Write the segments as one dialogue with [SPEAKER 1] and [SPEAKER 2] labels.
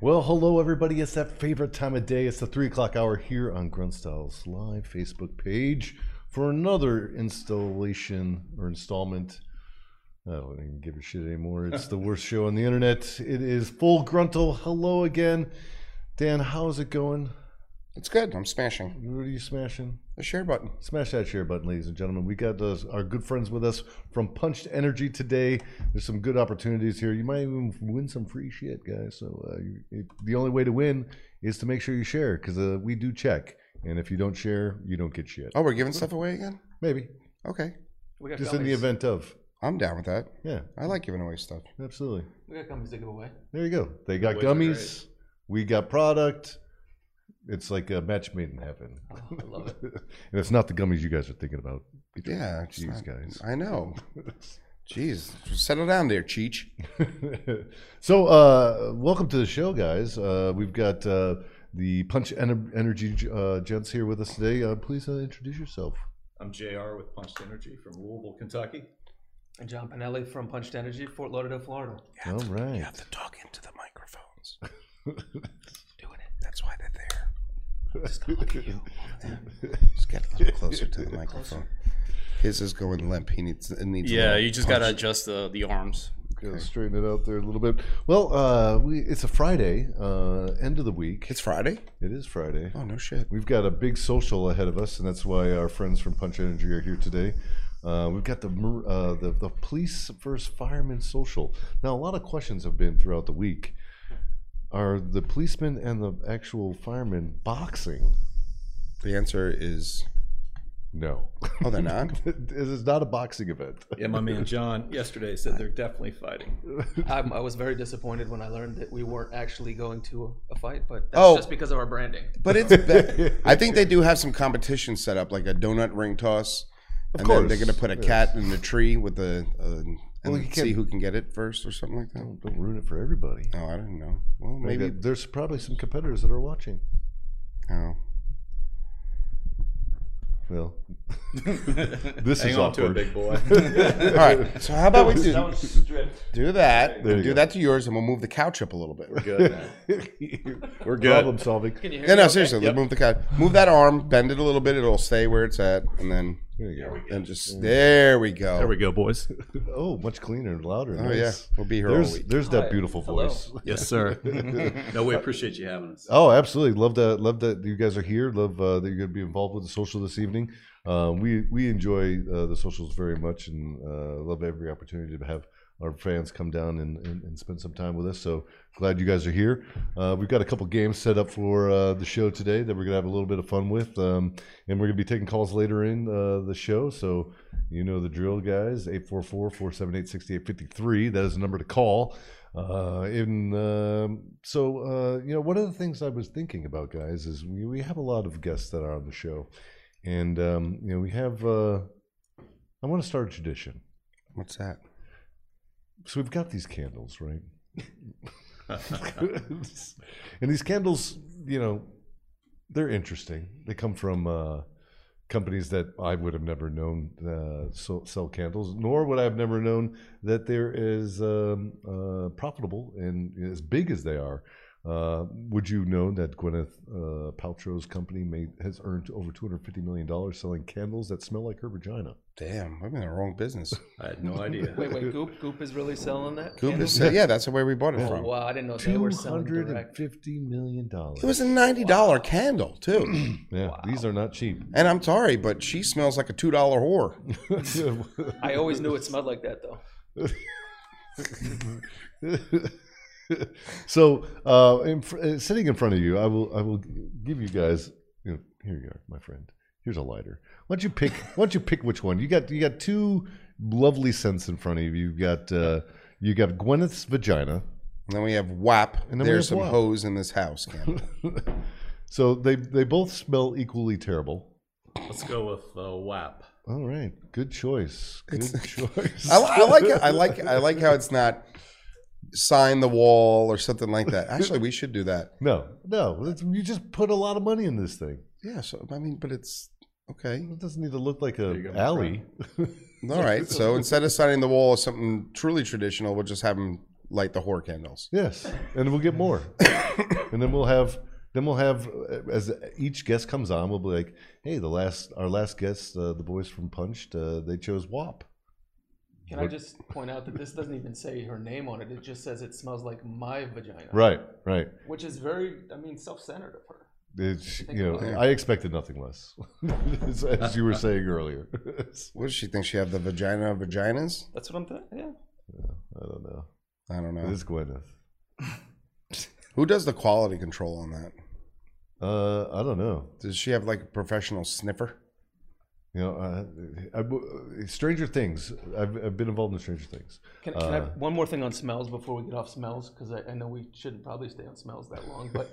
[SPEAKER 1] Well, hello everybody. It's that favorite time of day. It's the three o'clock hour here on Grunstyle's live Facebook page for another installation or installment. I don't even give a shit anymore. It's the worst show on the internet. It is full gruntle. Hello again, Dan. How's it going?
[SPEAKER 2] It's good. I'm smashing
[SPEAKER 1] What are you smashing?
[SPEAKER 2] the share button.
[SPEAKER 1] Smash that share button, ladies and gentlemen. We got those, our good friends with us from Punched Energy today. There's some good opportunities here. You might even win some free shit, guys. So uh, you, it, the only way to win is to make sure you share because uh, we do check. And if you don't share, you don't get shit.
[SPEAKER 2] Oh, we're giving stuff away again?
[SPEAKER 1] Maybe
[SPEAKER 2] Okay.
[SPEAKER 3] We got
[SPEAKER 1] just in
[SPEAKER 3] companies.
[SPEAKER 1] the event of.
[SPEAKER 2] I'm down with that.
[SPEAKER 1] Yeah,
[SPEAKER 2] I like giving away stuff.
[SPEAKER 1] absolutely.
[SPEAKER 3] We got companies to give away.
[SPEAKER 1] There you go. They got
[SPEAKER 4] Boys are great.
[SPEAKER 1] gummies. We got product. It's like a match made in heaven.
[SPEAKER 3] Oh, I love it.
[SPEAKER 1] and it's not the gummies you guys are thinking about. Get your-
[SPEAKER 2] Yeah. it's
[SPEAKER 1] Jeez,
[SPEAKER 2] not-
[SPEAKER 1] guys.
[SPEAKER 2] I know. Jeez. Settle down there, Cheech.
[SPEAKER 1] so, uh, welcome to the show, guys. Uh, we've got uh, the Punch Ener- Energy uh, gents here with us today. Uh, please uh, introduce yourself.
[SPEAKER 4] I'm JR with Punched Energy from Louisville, Kentucky.
[SPEAKER 3] And John Panelli from Punched Energy, Fort Lauderdale, Florida.
[SPEAKER 1] All right.
[SPEAKER 2] to talk into the microphones.
[SPEAKER 3] Doing it.
[SPEAKER 2] That's why they're there.
[SPEAKER 3] Just gonna look at you.
[SPEAKER 2] Just get a little closer to the microphone. His is going limp. He needs. It needs a
[SPEAKER 5] Yeah,
[SPEAKER 2] little
[SPEAKER 5] you just got to
[SPEAKER 2] punch.
[SPEAKER 5] adjust the, the arms.
[SPEAKER 1] Gotta straighten it out there a little bit. Well, uh, we, it's a Friday, uh, end of the week.
[SPEAKER 2] It's Friday.
[SPEAKER 1] It is Friday.
[SPEAKER 2] Oh no shit.
[SPEAKER 1] We've got a big social ahead of us, and that's why our friends from Punch Energy are here today. Uh, we've got the, mer- uh, the the police versus firemen social. Now, a lot of questions have been throughout the week. Are the policemen and the actual firemen boxing?
[SPEAKER 2] The answer is.
[SPEAKER 1] No,
[SPEAKER 2] Oh, they're not.
[SPEAKER 1] this is not a boxing event.
[SPEAKER 4] Yeah, my man John yesterday said they're definitely fighting.
[SPEAKER 3] I'm, I was very disappointed when I learned that we weren't actually going to a fight, but that's
[SPEAKER 2] Oh.
[SPEAKER 3] just because of our branding.
[SPEAKER 2] But it's. Be- I think they do have some competition set up, like a donut ring toss.
[SPEAKER 1] Of
[SPEAKER 2] and then they're going to put a cat in a tree with a, a
[SPEAKER 1] Well, you
[SPEAKER 2] and see
[SPEAKER 1] can't-
[SPEAKER 2] who can get it first or something like that.
[SPEAKER 1] Don't, don't ruin it for everybody.
[SPEAKER 2] Oh, I don't know. Well,
[SPEAKER 1] Maybe
[SPEAKER 2] maybe.
[SPEAKER 1] there's probably some competitors that are watching.
[SPEAKER 2] Oh,
[SPEAKER 1] Well, this
[SPEAKER 4] Hang
[SPEAKER 1] is
[SPEAKER 4] on to it,
[SPEAKER 1] awkward.
[SPEAKER 4] big boy.
[SPEAKER 2] all right. So how about we do
[SPEAKER 4] stripped.
[SPEAKER 2] do that?
[SPEAKER 1] There you
[SPEAKER 2] Do
[SPEAKER 1] go.
[SPEAKER 2] that to yours, and we'll move the couch up a little bit.
[SPEAKER 4] Good man.
[SPEAKER 1] We're problem solving.
[SPEAKER 3] Can you hear
[SPEAKER 2] No,
[SPEAKER 3] me?
[SPEAKER 2] no, seriously. let's Move the couch. Move that arm. Bend it a little bit. It'll stay where it's at, and then
[SPEAKER 1] There you go.
[SPEAKER 2] then just there we go.
[SPEAKER 4] There we go, boys.
[SPEAKER 1] Oh, much cleaner and louder.
[SPEAKER 2] Oh
[SPEAKER 1] nice.
[SPEAKER 2] yeah, we'll be here all
[SPEAKER 1] There's
[SPEAKER 2] week.
[SPEAKER 1] there's
[SPEAKER 3] Hi.
[SPEAKER 1] that beautiful
[SPEAKER 3] Hello.
[SPEAKER 1] voice.
[SPEAKER 4] Yes, sir. no, we appreciate you having us.
[SPEAKER 1] Oh, absolutely. Love that. Love that you guys are here. Love uh, that you're going to be involved with the social this evening. Uh, we we enjoy uh, the socials very much and uh, love every opportunity to have our fans come down and, and, and spend some time with us. So glad you guys are here. Uh, we've got a couple games set up for uh, the show today that we're going to have a little bit of fun with. Um, and we're going to be taking calls later in uh, the show. So you know the drill, guys. 844 478 6853. That is the number to call. Uh, in um, so uh, you know one of the things I was thinking about, guys, is we, we have a lot of guests that are on the show, and um, you know we have. Uh, I want to start a tradition.
[SPEAKER 2] What's that?
[SPEAKER 1] So we've got these candles, right? and these candles, you know, they're interesting. They come from uh, companies that I would have never known uh, so, sell candles, nor would I have never known that they're as um, uh, profitable and as big as they are. Uh, would you know that Gwyneth uh, Paltrow's company made, has earned over two hundred fifty million dollars selling candles that smell like her vagina?
[SPEAKER 2] Damn, I'm in the wrong business.
[SPEAKER 4] I had no idea.
[SPEAKER 3] Wait, wait. Goop, Goop is really selling that.
[SPEAKER 2] Goop is-
[SPEAKER 1] Yeah.
[SPEAKER 2] yeah, that's where we bought it
[SPEAKER 3] Oh,
[SPEAKER 2] from.
[SPEAKER 3] wow, I didn't know they
[SPEAKER 1] Two
[SPEAKER 3] were selling
[SPEAKER 1] hundred
[SPEAKER 3] direct.
[SPEAKER 1] and fifty million dollars.
[SPEAKER 2] It was a ninety dollar candle too.
[SPEAKER 1] Yeah, these are not cheap.
[SPEAKER 2] And I'm sorry, but she smells like a two dollar whore.
[SPEAKER 3] I always knew it smelled like that though.
[SPEAKER 1] so, uh, in fr- uh, sitting in front of you, I will I will give you guys. You know, here you are, my friend. Here's a lighter. Why don't you pick? Why don't you pick which one? You got you got two lovely scents in front of you. You've got uh, you got Gwyneth's vagina.
[SPEAKER 2] And then we have WAP.
[SPEAKER 1] And then we
[SPEAKER 2] There's
[SPEAKER 1] have
[SPEAKER 2] some
[SPEAKER 1] WAP.
[SPEAKER 2] hose in this house, Cam.
[SPEAKER 1] So they they both smell equally terrible.
[SPEAKER 4] Let's go with uh, WAP.
[SPEAKER 1] All right, good choice. Good choice.
[SPEAKER 2] I, I like it. I like I like how it's not sign the wall or something like that. Actually, we should do that.
[SPEAKER 1] no, no. it's- You just put a lot of money in this thing.
[SPEAKER 2] Yeah. So I mean, but it's okay.
[SPEAKER 1] It doesn't need to look like
[SPEAKER 4] you
[SPEAKER 1] a
[SPEAKER 4] go, my
[SPEAKER 1] alley.
[SPEAKER 2] All right. So instead of signing the wall, or something truly traditional, we'll just have them light the whore candles.
[SPEAKER 1] Yes, and we'll get more, and then we'll have then we'll have uh, as each guest comes on, we'll be like, hey, the last our last guest, uh, the boys from Punched, uh, they chose WAP.
[SPEAKER 3] Can I just point out that this doesn't even say her name on it? It just says it smells like my vagina,
[SPEAKER 1] Right, right.
[SPEAKER 3] Which is very, I mean, self-centered of her.
[SPEAKER 1] It's,
[SPEAKER 3] Think
[SPEAKER 1] you know,
[SPEAKER 3] about it.
[SPEAKER 1] I expected nothing less, as, as you were saying earlier.
[SPEAKER 2] What does she think? She have the vagina of vaginas?
[SPEAKER 3] That's what I'm thinking. Yeah.
[SPEAKER 1] I don't know.
[SPEAKER 2] I don't
[SPEAKER 1] It
[SPEAKER 2] know.
[SPEAKER 1] is Gwyneth.
[SPEAKER 2] Who does the quality control on that?
[SPEAKER 1] Uh, I don't know.
[SPEAKER 2] Does she have like a professional sniffer?
[SPEAKER 1] You know, uh, I w- Stranger Things. I've, I've been involved in Stranger Things.
[SPEAKER 3] Can, can I
[SPEAKER 1] Uh,
[SPEAKER 3] one more thing on smells before we get off smells? Because I, I know we shouldn't probably stay on smells that long, but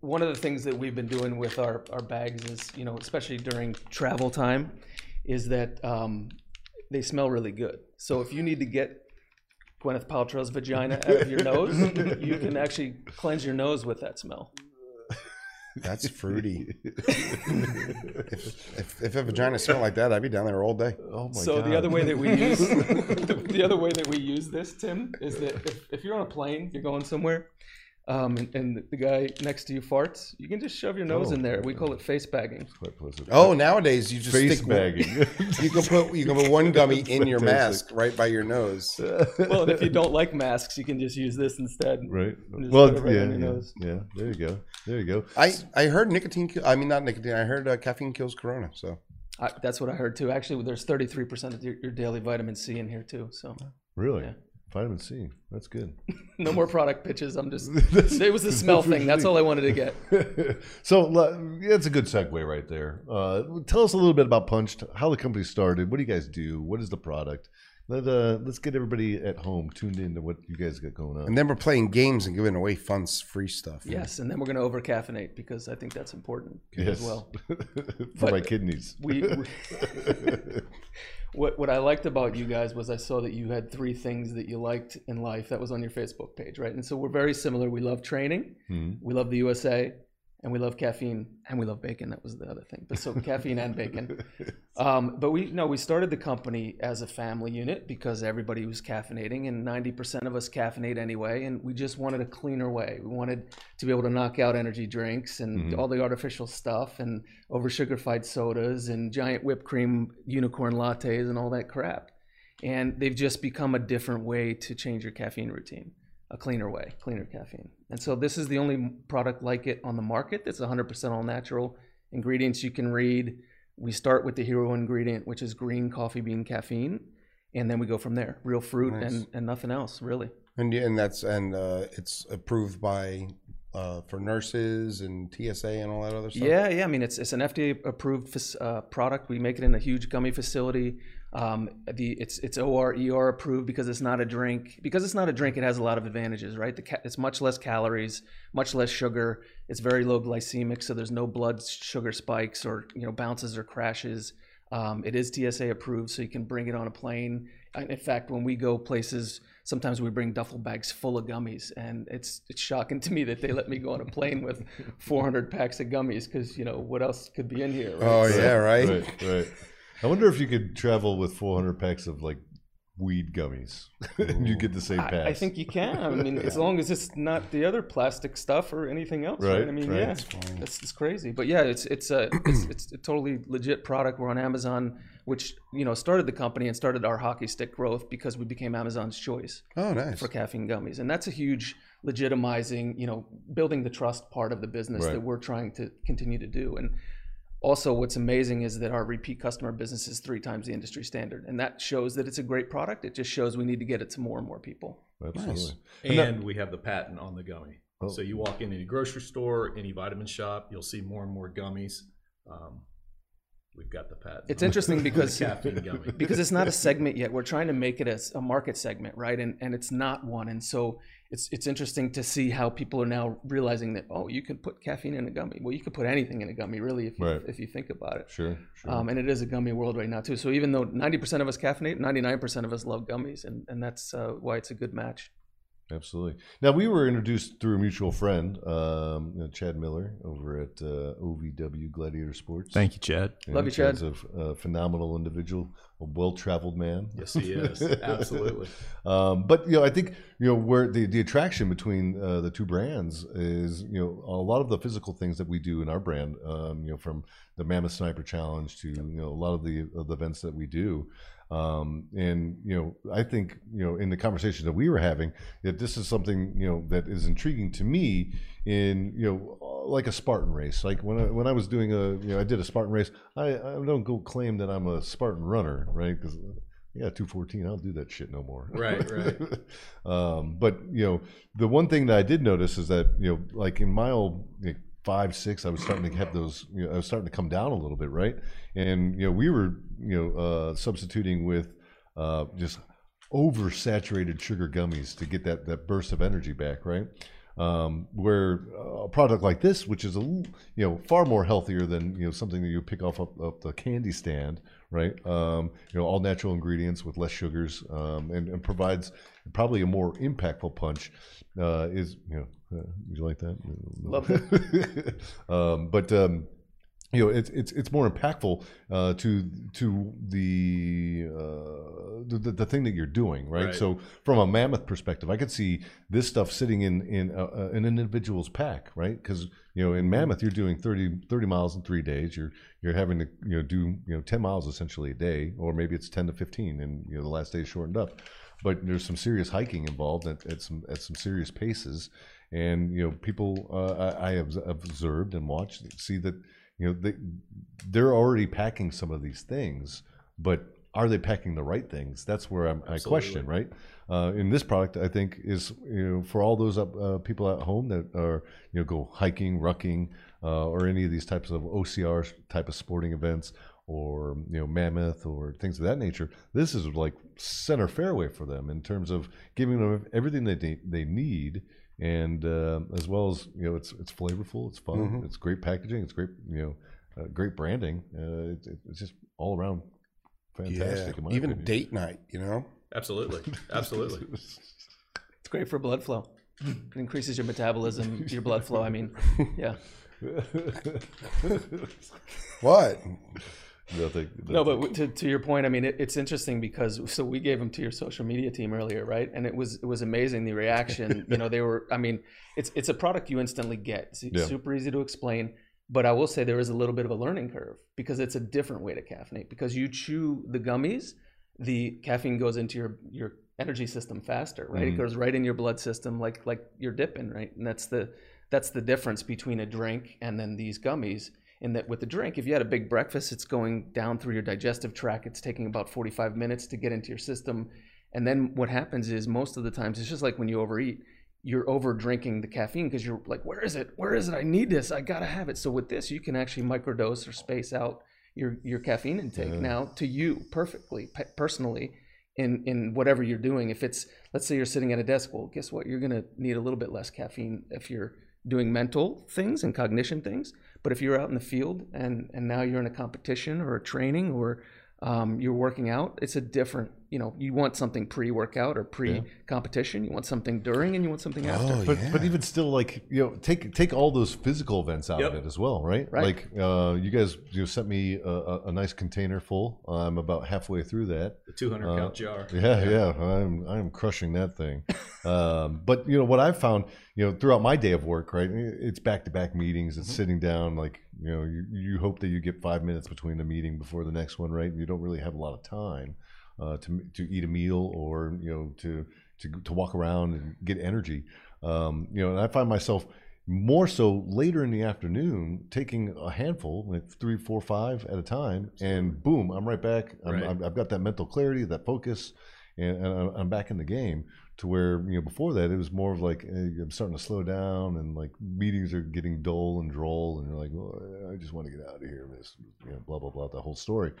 [SPEAKER 3] one of the things that we've been doing with our, our bags is, you know, especially during travel time, is that um, they smell really good. So if you need to get Gwyneth Paltrow's vagina out of your nose, you can actually cleanse your nose with that smell.
[SPEAKER 2] That's fruity. if, if, if a vagina smelled like that, I'd be down there all day.
[SPEAKER 1] oh my
[SPEAKER 3] so the other way that we use the, the other way that we use this, Tim, is that if, if you're on a plane, you're going somewhere, um, and, and the guy next to you farts, you can just shove your nose
[SPEAKER 1] Oh,
[SPEAKER 3] in there. We call it face bagging.
[SPEAKER 1] Quite pleasant.
[SPEAKER 2] Oh, nowadays you just
[SPEAKER 1] face
[SPEAKER 2] stick
[SPEAKER 1] bagging.
[SPEAKER 2] You can put you can put one gummy in your mask right by your nose.
[SPEAKER 3] Well, and if you don't like masks, you can just use this instead.
[SPEAKER 1] right.
[SPEAKER 3] Just
[SPEAKER 1] Well,
[SPEAKER 3] put it right
[SPEAKER 1] yeah,
[SPEAKER 3] on your
[SPEAKER 1] yeah,
[SPEAKER 3] nose.
[SPEAKER 1] yeah. There you go. There you go.
[SPEAKER 2] I I heard nicotine. ki- I mean, not nicotine. I heard uh, caffeine kills corona. So
[SPEAKER 3] I, that's what I heard too. Actually, there's 33% of your, your daily vitamin C in here too. So
[SPEAKER 1] Really.
[SPEAKER 3] Yeah.
[SPEAKER 1] Vitamin C. That's good.
[SPEAKER 3] no more product pitches. I'm just it was the smell thing. That's all I wanted to get.
[SPEAKER 1] so le- that's a good segue right there. Uh, tell us a little bit about Punched, how the company started, what do you guys do, what is the product? Let, uh, let's get everybody at home tuned into what you guys got going on.
[SPEAKER 2] and then we're playing games and giving away fun s- free stuff.
[SPEAKER 3] Yes, and then we're gonna over caffeinate because I think that's important as well.
[SPEAKER 1] For my
[SPEAKER 3] But
[SPEAKER 1] kidneys.
[SPEAKER 3] We, we what what I liked about you guys was I saw that you had three things that you liked in life. That was on your Facebook page, right? And so we're very similar. We love training.
[SPEAKER 1] Mhm.
[SPEAKER 3] we love the USA, and we love caffeine, and we love bacon. That was the other thing. But so caffeine and bacon. Um, but we no, we started the company as a family unit because everybody was caffeinating, and ninety percent of us caffeinate anyway. And we just wanted a cleaner way. We wanted to be able to knock out energy drinks and
[SPEAKER 1] Mhm.
[SPEAKER 3] all the artificial stuff, and over sugarified sodas and giant whipped cream unicorn lattes and all that crap. And they've just become a different way to change your caffeine routine a cleaner way, cleaner caffeine. And so this is the only product like it on the market that's 100% all natural ingredients you can read. We start with the hero ingredient, which is green coffee bean caffeine, and then we go from there. Real fruit
[SPEAKER 2] Nice.
[SPEAKER 3] and, and nothing else, really.
[SPEAKER 2] and yeah, and that's and uh, it's approved by uh, for nurses and TSA and all that other stuff.
[SPEAKER 3] Yeah, yeah. I mean, it's it's an FDA approved uh, product. We make it in a huge gummy facility. Um, the it's it's ORER approved because it's not a drink. Because it's not a drink, it has a lot of advantages, right? The ca- it's much less calories, much less sugar. It's very low glycemic, so there's no blood sugar spikes or you know bounces or crashes. Um, it is TSA approved, so you can bring it on a plane. And in fact, when we go places, sometimes we bring duffel bags full of gummies, and it's it's shocking to me that they let me go on a plane with 400 packs of gummies because you know what else could be in here? Right?
[SPEAKER 2] Oh
[SPEAKER 3] So-
[SPEAKER 2] yeah, right.
[SPEAKER 1] right, right. I wonder if you could travel with 400 packs of like weed gummies. you get the same pass.
[SPEAKER 3] I, I think you can. I mean, as long as it's not the other plastic stuff or anything else, right?
[SPEAKER 1] Right,
[SPEAKER 3] I mean,
[SPEAKER 1] right.
[SPEAKER 3] yeah,
[SPEAKER 1] It's
[SPEAKER 3] that's it's crazy. But yeah, it's it's a it's, it's a totally legit product. We're on Amazon, which you know started the company and started our hockey stick growth because we became Amazon's choice.
[SPEAKER 2] Oh nice.
[SPEAKER 3] for caffeine gummies and that's a huge legitimizing you know building the trust part of the business
[SPEAKER 1] Right.
[SPEAKER 3] that we're trying to continue to do and also what's amazing is that our repeat customer business is three times the industry standard and that shows that it's a great product it just shows we need to get it to more and more people
[SPEAKER 1] Absolutely.
[SPEAKER 2] Nice.
[SPEAKER 4] And we have the patent on the gummy.
[SPEAKER 1] Oh.
[SPEAKER 4] So you walk in any grocery store, any vitamin shop, you'll see more and more gummies. Um, we've got the patent.
[SPEAKER 3] it's
[SPEAKER 4] on
[SPEAKER 3] interesting
[SPEAKER 4] the
[SPEAKER 3] because
[SPEAKER 4] caffeine gummy.
[SPEAKER 3] because it's not a segment yet. We're trying to make it a, a market segment, right? And and it's not one. And so it's it's interesting to see how people are now realizing that oh, you can put caffeine in a gummy. Well, you could put anything in a gummy, really, if you,
[SPEAKER 1] Right.
[SPEAKER 3] if you think about it.
[SPEAKER 1] Sure, sure.
[SPEAKER 3] Um, and it is a gummy world right now too. So even though 90% of us caffeinate, 99% of us love gummies, and and that's uh, why it's a good match.
[SPEAKER 1] Absolutely. Now we were introduced through a mutual friend, um, you know, Chad Miller, over at uh, OVW Gladiator Sports.
[SPEAKER 5] Thank you, Chad.
[SPEAKER 3] Love you, Chad.
[SPEAKER 1] Chad's a, f- a phenomenal individual, a well-traveled man.
[SPEAKER 4] Yes, he is. Absolutely.
[SPEAKER 1] Um, but you know, I think you know where the, the attraction between uh, the two brands is. You know, a lot of the physical things that we do in our brand. Um, you know, from the Mammoth Sniper Challenge to you know a lot of the, of the events that we do. Um, and you know, I think you know in the conversation that we were having, that this is something you know that is intriguing to me. In you know, uh, like a Spartan race, like when I, when I was doing a you know I did a Spartan race. I, I don't go claim that I'm a Spartan runner, right? Because yeah, 214, I don't do that shit no more.
[SPEAKER 4] Right, right.
[SPEAKER 1] um, but, you know, the one thing that I did notice is that, you know, like in mile like five, six, I was starting to have those, you know, I was starting to come down a little bit, right? And, you know, we were, you know, uh, substituting with uh, just oversaturated sugar gummies to get that, that burst of energy back, right? Um, where uh, a product like this, which is a l- you know far more healthier than you know something that you pick off up, up the candy stand, right? Um, you know, all natural ingredients with less sugars, um, and, and provides probably a more impactful punch. Uh, is you know, uh, would you like that?
[SPEAKER 3] Love
[SPEAKER 1] it. um, but um, you know, it's it's it's more impactful uh, to to the, uh, the the- the thing that you're doing, right?
[SPEAKER 4] Right.
[SPEAKER 1] So from a mammoth perspective, I could see this stuff sitting in in uh, uh, an individual's pack, right? Because you know, in mammoth, you're doing 30, 30 miles in three days. You're you're having to you know do you know ten miles essentially a day, or maybe it's ten to fifteen, and you know the last day is shortened up. But there's some serious hiking involved at, at some at some serious paces, and you know people uh, I, I have observed and watched see that you know they they're already packing some of these things but are they packing the right things that's where I'm, i question right uh, in this product i think is you know for all those up, uh, people at home that are you know go hiking rucking uh, or any of these types of ocr type of sporting events or you know mammoth or things of that nature this is like center fairway for them in terms of giving them everything that they, they need and uh, as well as you know it's it's flavorful it's fun it's great packaging it's great you know uh, great branding uh, it, it- it's just all around fantastic in my
[SPEAKER 2] Even
[SPEAKER 1] opinion.
[SPEAKER 2] date night, you know?
[SPEAKER 4] Absolutely. Absolutely.
[SPEAKER 3] It's great for blood flow. It increases your metabolism, your blood flow. I mean, yeah.
[SPEAKER 2] What?
[SPEAKER 1] nothing,
[SPEAKER 3] No, but w- to, to your point, I mean, it, it's interesting because so we gave them to your social media team earlier, right? And it was it was amazing the reaction. you know, they were. I mean, it's it's a product you instantly get. It's
[SPEAKER 1] Yeah.
[SPEAKER 3] super easy to explain. But I will say there is a little bit of a learning curve because it's a different way to caffeinate. Because you chew the gummies, the caffeine goes into your your energy system faster, right? It
[SPEAKER 1] Mhm.
[SPEAKER 3] goes right in your blood system, like like you're dipping, right? And that's the that's the difference between a drink and then these gummies in that with the drink if you had a big breakfast it's going down through your digestive tract it's taking about 45 minutes to get into your system and then what happens is most of the times it's just like when you overeat you're over drinking the caffeine because you're like where is it where is it i need this i gotta have it so with this you can actually microdose or space out your your caffeine intake
[SPEAKER 1] Yeah.
[SPEAKER 3] now to you perfectly pe- personally in in whatever you're doing if it's let's say you're sitting at a desk well guess what you're going to need a little bit less caffeine if you're doing mental things and cognition things but if you're out in the field and and now you're in a competition or a training or um, you're working out it's a different you know you want something pre-workout or pre-competition you want something during and you want something after
[SPEAKER 2] Oh,
[SPEAKER 1] but,
[SPEAKER 2] yeah.
[SPEAKER 1] but even still, like you know, take take all those physical events out
[SPEAKER 4] Yep.
[SPEAKER 1] of it as well, right?
[SPEAKER 3] Right.
[SPEAKER 1] Like uh, you guys, you sent me a, a, a nice container full. I'm about halfway through that.
[SPEAKER 4] The 200
[SPEAKER 1] Uh,
[SPEAKER 4] count jar.
[SPEAKER 1] Yeah, yeah, I'm I'm crushing that thing. Um, but you know what I've found, you know, throughout my day of work, right? It's back to back meetings. It's sitting down. Like you know, you, you hope that you get five minutes between the meeting before the next one, right? And you don't really have a lot of time uh, to to eat a meal or you know to to to walk around and get energy. Um, you know, and I find myself more so later in the afternoon taking a handful like three four five at a time and boom i'm right back I'm,
[SPEAKER 4] Right.
[SPEAKER 1] I'm, i've got that mental clarity that focus and, and I'm- i'm back in the game to where you know before that it was more of like eh, i'm starting to slow down and like meetings are getting dull and droll and you're like well, i just want to get out of here this you know, blah blah blah the whole story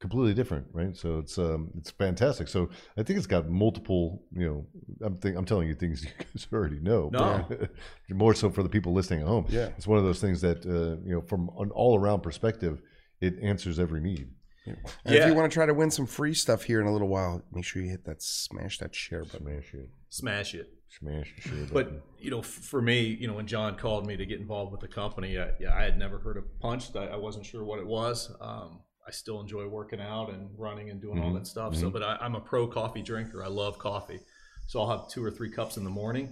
[SPEAKER 1] completely different right so it's um it's fantastic so i think it's got multiple you know i'm think i'm telling you things you guys already know
[SPEAKER 4] No.
[SPEAKER 1] but- more so for the people listening at home
[SPEAKER 2] Yeah.
[SPEAKER 1] it's one of those things that uh, you know from an all around perspective it answers every need
[SPEAKER 2] And if
[SPEAKER 4] Yeah.
[SPEAKER 2] you want to try to win some free stuff here in a little while, make sure you hit that smash that share button.
[SPEAKER 1] Smash it.
[SPEAKER 4] Smash it.
[SPEAKER 1] Smash the shit.
[SPEAKER 4] But you know, f- for me, you know, when John called me to get involved with the company, I, yeah, I had never heard of Punched. I, I wasn't sure what it was. Um, I still enjoy working out and running and doing all
[SPEAKER 1] Mhm,
[SPEAKER 4] that stuff. So, but I, I'm a pro coffee drinker. I love coffee, so I'll have two or three cups in the morning.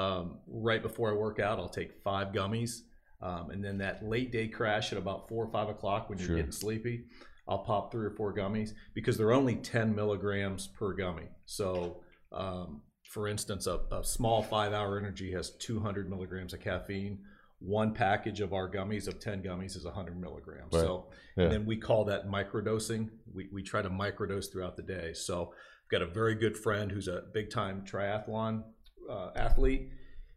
[SPEAKER 4] Um, right before I work out, I'll take five gummies, um, and then that late day crash at about four or five o'clock when you're
[SPEAKER 1] Sure.
[SPEAKER 4] getting sleepy, I'll pop three or four gummies because they're only 10 milligrams per gummy. So, um, for instance, a, a small five hour energy has 200 milligrams of caffeine. One package of our gummies of 10 gummies is 100 milligrams.
[SPEAKER 1] Right.
[SPEAKER 4] So,
[SPEAKER 1] Yeah.
[SPEAKER 4] and then we call that microdosing. We, we try to microdose throughout the day. So, I've got a very good friend who's a big time triathlon uh, athlete.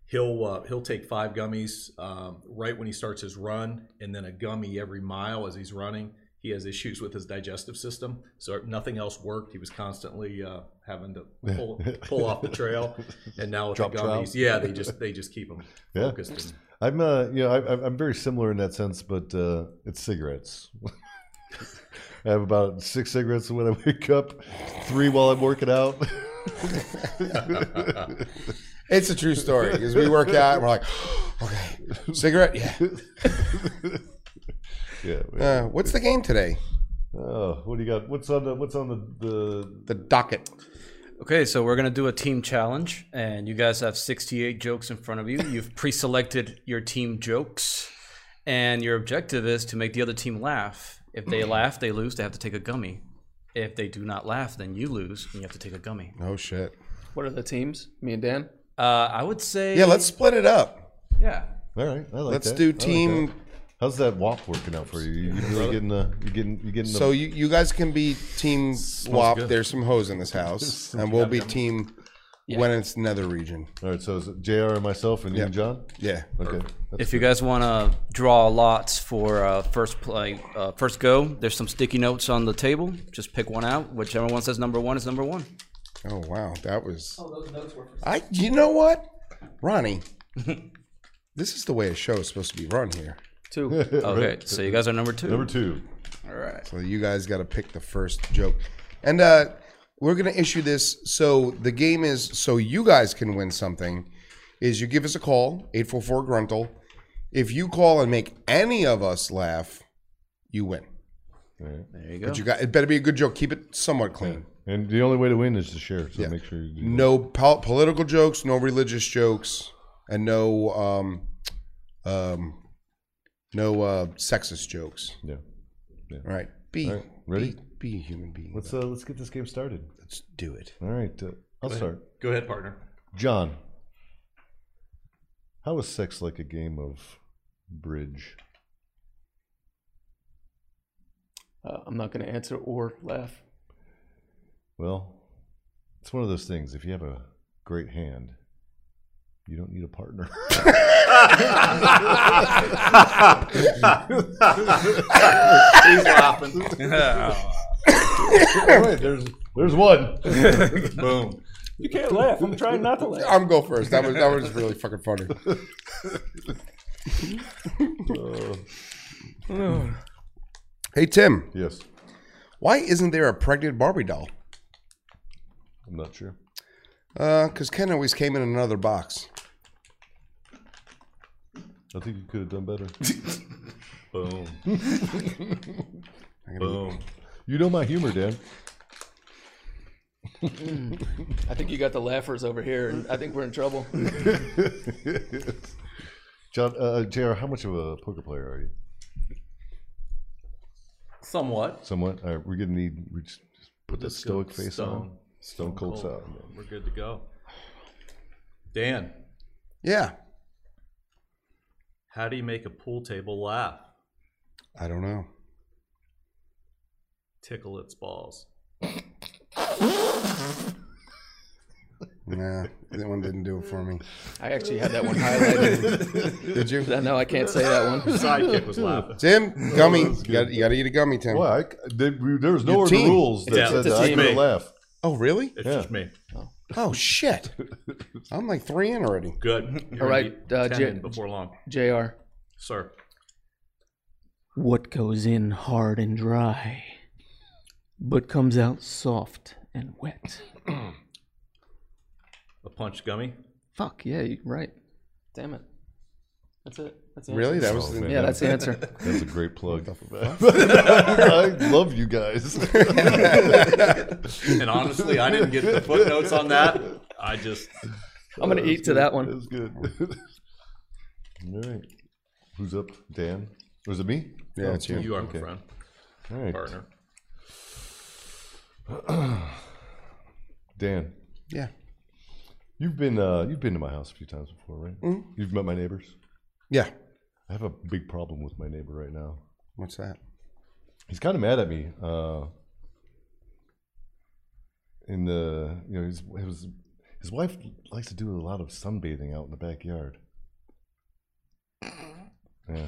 [SPEAKER 4] He'll uh, he'll take five gummies um, right when he starts his run, and then a gummy every mile as he's running. He has issues with his digestive system, so nothing else worked. He was constantly uh, having to pull, pull off the trail, and now with
[SPEAKER 1] Drop
[SPEAKER 4] the
[SPEAKER 1] trout.
[SPEAKER 4] gummies, yeah, they just they just keep him
[SPEAKER 1] Yeah.
[SPEAKER 4] focused. And,
[SPEAKER 1] I'm, uh, you know, I, I'm- I'm very similar in that sense, but uh, it's cigarettes. I have about six cigarettes when I wake up, three while I'm working out.
[SPEAKER 2] It's a true story because we work out and we're like, okay, cigarette. Yeah.
[SPEAKER 1] yeah.
[SPEAKER 2] Uh, what's the game today?
[SPEAKER 1] Oh, what do you got? What's on the? What's on the? the
[SPEAKER 2] The docket.
[SPEAKER 5] Okay, so we're gonna do a team challenge, and you guys have 68 jokes in front of you. You've pre-selected your team jokes, and your objective is to make the other team laugh. If they laugh, they lose. They have to take a gummy. If they do not laugh, then you lose, and you have to take a gummy.
[SPEAKER 2] Oh shit.
[SPEAKER 3] What are the teams? Me and Dan.
[SPEAKER 5] Uh, I would say,
[SPEAKER 2] Yeah, let's split it up.
[SPEAKER 5] yeah.
[SPEAKER 1] all right, I like
[SPEAKER 2] Let's
[SPEAKER 1] that. I
[SPEAKER 2] do
[SPEAKER 1] like
[SPEAKER 2] team.
[SPEAKER 1] that. How's that walk working out for you? You really getting the? You getting? You getting the?
[SPEAKER 2] So you, you guys can be team WAP. There's some hoes in this house, and we'll be team when it's nether region.
[SPEAKER 1] all right. So is it Jr. and myself and you and John.
[SPEAKER 2] Yeah.
[SPEAKER 1] Okay.
[SPEAKER 5] If you guys want to draw lots for uh, first play, uh, first go, there's some sticky notes on the table. Just pick one out. Whichever one says number one is number one.
[SPEAKER 2] Oh wow, that was. I. You know what, Ronnie? this is the way a show is supposed to be run here.
[SPEAKER 3] Two.
[SPEAKER 5] Okay, so you guys are number two.
[SPEAKER 1] Number two.
[SPEAKER 3] All right.
[SPEAKER 2] So you guys got to pick the first joke, and uh, we're gonna issue this. So the game is so you guys can win something. Is you give us a call eight four four gruntle. If you call and make any of us laugh, you win.
[SPEAKER 1] All right.
[SPEAKER 5] There you go.
[SPEAKER 2] But you got it. Better be a good joke. Keep it somewhat clean.
[SPEAKER 1] And the only way to win is to share. So make sure you do.
[SPEAKER 2] No pol- political jokes. No religious jokes. And no um, um, no uh, sexist jokes.
[SPEAKER 1] Yeah.
[SPEAKER 2] All right. Be
[SPEAKER 1] All right, ready?
[SPEAKER 2] Be, be a human being.
[SPEAKER 1] Let's uh, let's get this game started.
[SPEAKER 2] Let's do it.
[SPEAKER 1] All right. Uh, I'll start.
[SPEAKER 4] go ahead, partner.
[SPEAKER 1] John, how is sex like a game of bridge?
[SPEAKER 3] Uh, I'm not going to answer or laugh.
[SPEAKER 1] Well, it's one of those things. If you have a great hand, you don't need a partner.
[SPEAKER 4] He's laughing. Uh,
[SPEAKER 1] All right, there's there's one.
[SPEAKER 4] Boom.
[SPEAKER 3] You can't laugh. I'm trying not to laugh.
[SPEAKER 2] I'm go first. That was that was really fucking funny.
[SPEAKER 1] Uh,
[SPEAKER 2] Hey Tim,
[SPEAKER 1] yes,
[SPEAKER 2] why isn't there a pregnant Barbie doll?
[SPEAKER 1] I'm not sure.
[SPEAKER 2] Uh, cause Ken always came in another box.
[SPEAKER 1] I think you could have done better.
[SPEAKER 4] Boom. Boom.
[SPEAKER 1] You know my humor, Dan.
[SPEAKER 3] I think you got the laughers over here, and I think we're in trouble.
[SPEAKER 1] John, uh, Jr. How much of a poker player are you?
[SPEAKER 3] Somewhat.
[SPEAKER 1] Somewhat. All right, we're gonna need. We just, just put that
[SPEAKER 4] Let's go
[SPEAKER 1] stoic face on. Stone cold sour.
[SPEAKER 4] We're good to go. Dan,
[SPEAKER 2] Yeah,
[SPEAKER 4] how do you make a pool table laugh?
[SPEAKER 2] I don't know.
[SPEAKER 4] Tickle its balls.
[SPEAKER 2] Nah, that one didn't do it for me.
[SPEAKER 3] I actually had that one highlighted.
[SPEAKER 2] Did you?
[SPEAKER 3] no, I can't say that one.
[SPEAKER 4] Sidekick was laughing.
[SPEAKER 2] Tim, gummy. You gotta, you gotta eat a gummy, Tim.
[SPEAKER 1] Well, I, did, we, there was no
[SPEAKER 2] Your
[SPEAKER 1] order
[SPEAKER 2] team.
[SPEAKER 1] rules that
[SPEAKER 4] Yeah,
[SPEAKER 1] said
[SPEAKER 4] it's a
[SPEAKER 1] that I
[SPEAKER 4] team.
[SPEAKER 1] could
[SPEAKER 4] Me.
[SPEAKER 1] laugh.
[SPEAKER 2] Oh, really?
[SPEAKER 4] It's
[SPEAKER 1] Yeah.
[SPEAKER 4] just me.
[SPEAKER 2] Oh shit! I'm like three in already.
[SPEAKER 4] Good. You're
[SPEAKER 3] All right,
[SPEAKER 4] gonna
[SPEAKER 3] uh,
[SPEAKER 4] be 10
[SPEAKER 3] J-
[SPEAKER 4] in before long,
[SPEAKER 3] JR.
[SPEAKER 4] sir.
[SPEAKER 3] What goes in hard and dry? but comes out soft and wet.
[SPEAKER 4] A punch gummy.
[SPEAKER 3] Fuck yeah, you're right. Damn it. That's it. That's the answer.
[SPEAKER 2] Really? That was
[SPEAKER 1] Oh, man.
[SPEAKER 3] Yeah, that's the answer.
[SPEAKER 1] That's a great plug. I love you guys.
[SPEAKER 4] And honestly, I didn't get the footnotes on that. I just
[SPEAKER 3] I'm gonna eat to that one.
[SPEAKER 1] That's good. All right. Who's up? Dan? Or is it me? Oh,
[SPEAKER 2] Yeah, it's you.
[SPEAKER 4] you are my friend,
[SPEAKER 1] All right.
[SPEAKER 4] partner.
[SPEAKER 1] Dan,
[SPEAKER 2] yeah.
[SPEAKER 1] you've been uh, you've been to my house a few times before, right? You've met my neighbors.
[SPEAKER 2] Yeah.
[SPEAKER 1] I have a big problem with my neighbor right now.
[SPEAKER 2] What's that?
[SPEAKER 1] he's kind of mad at me. Uh, in the you know his, his his wife likes to do a lot of sunbathing out in the backyard. Yeah,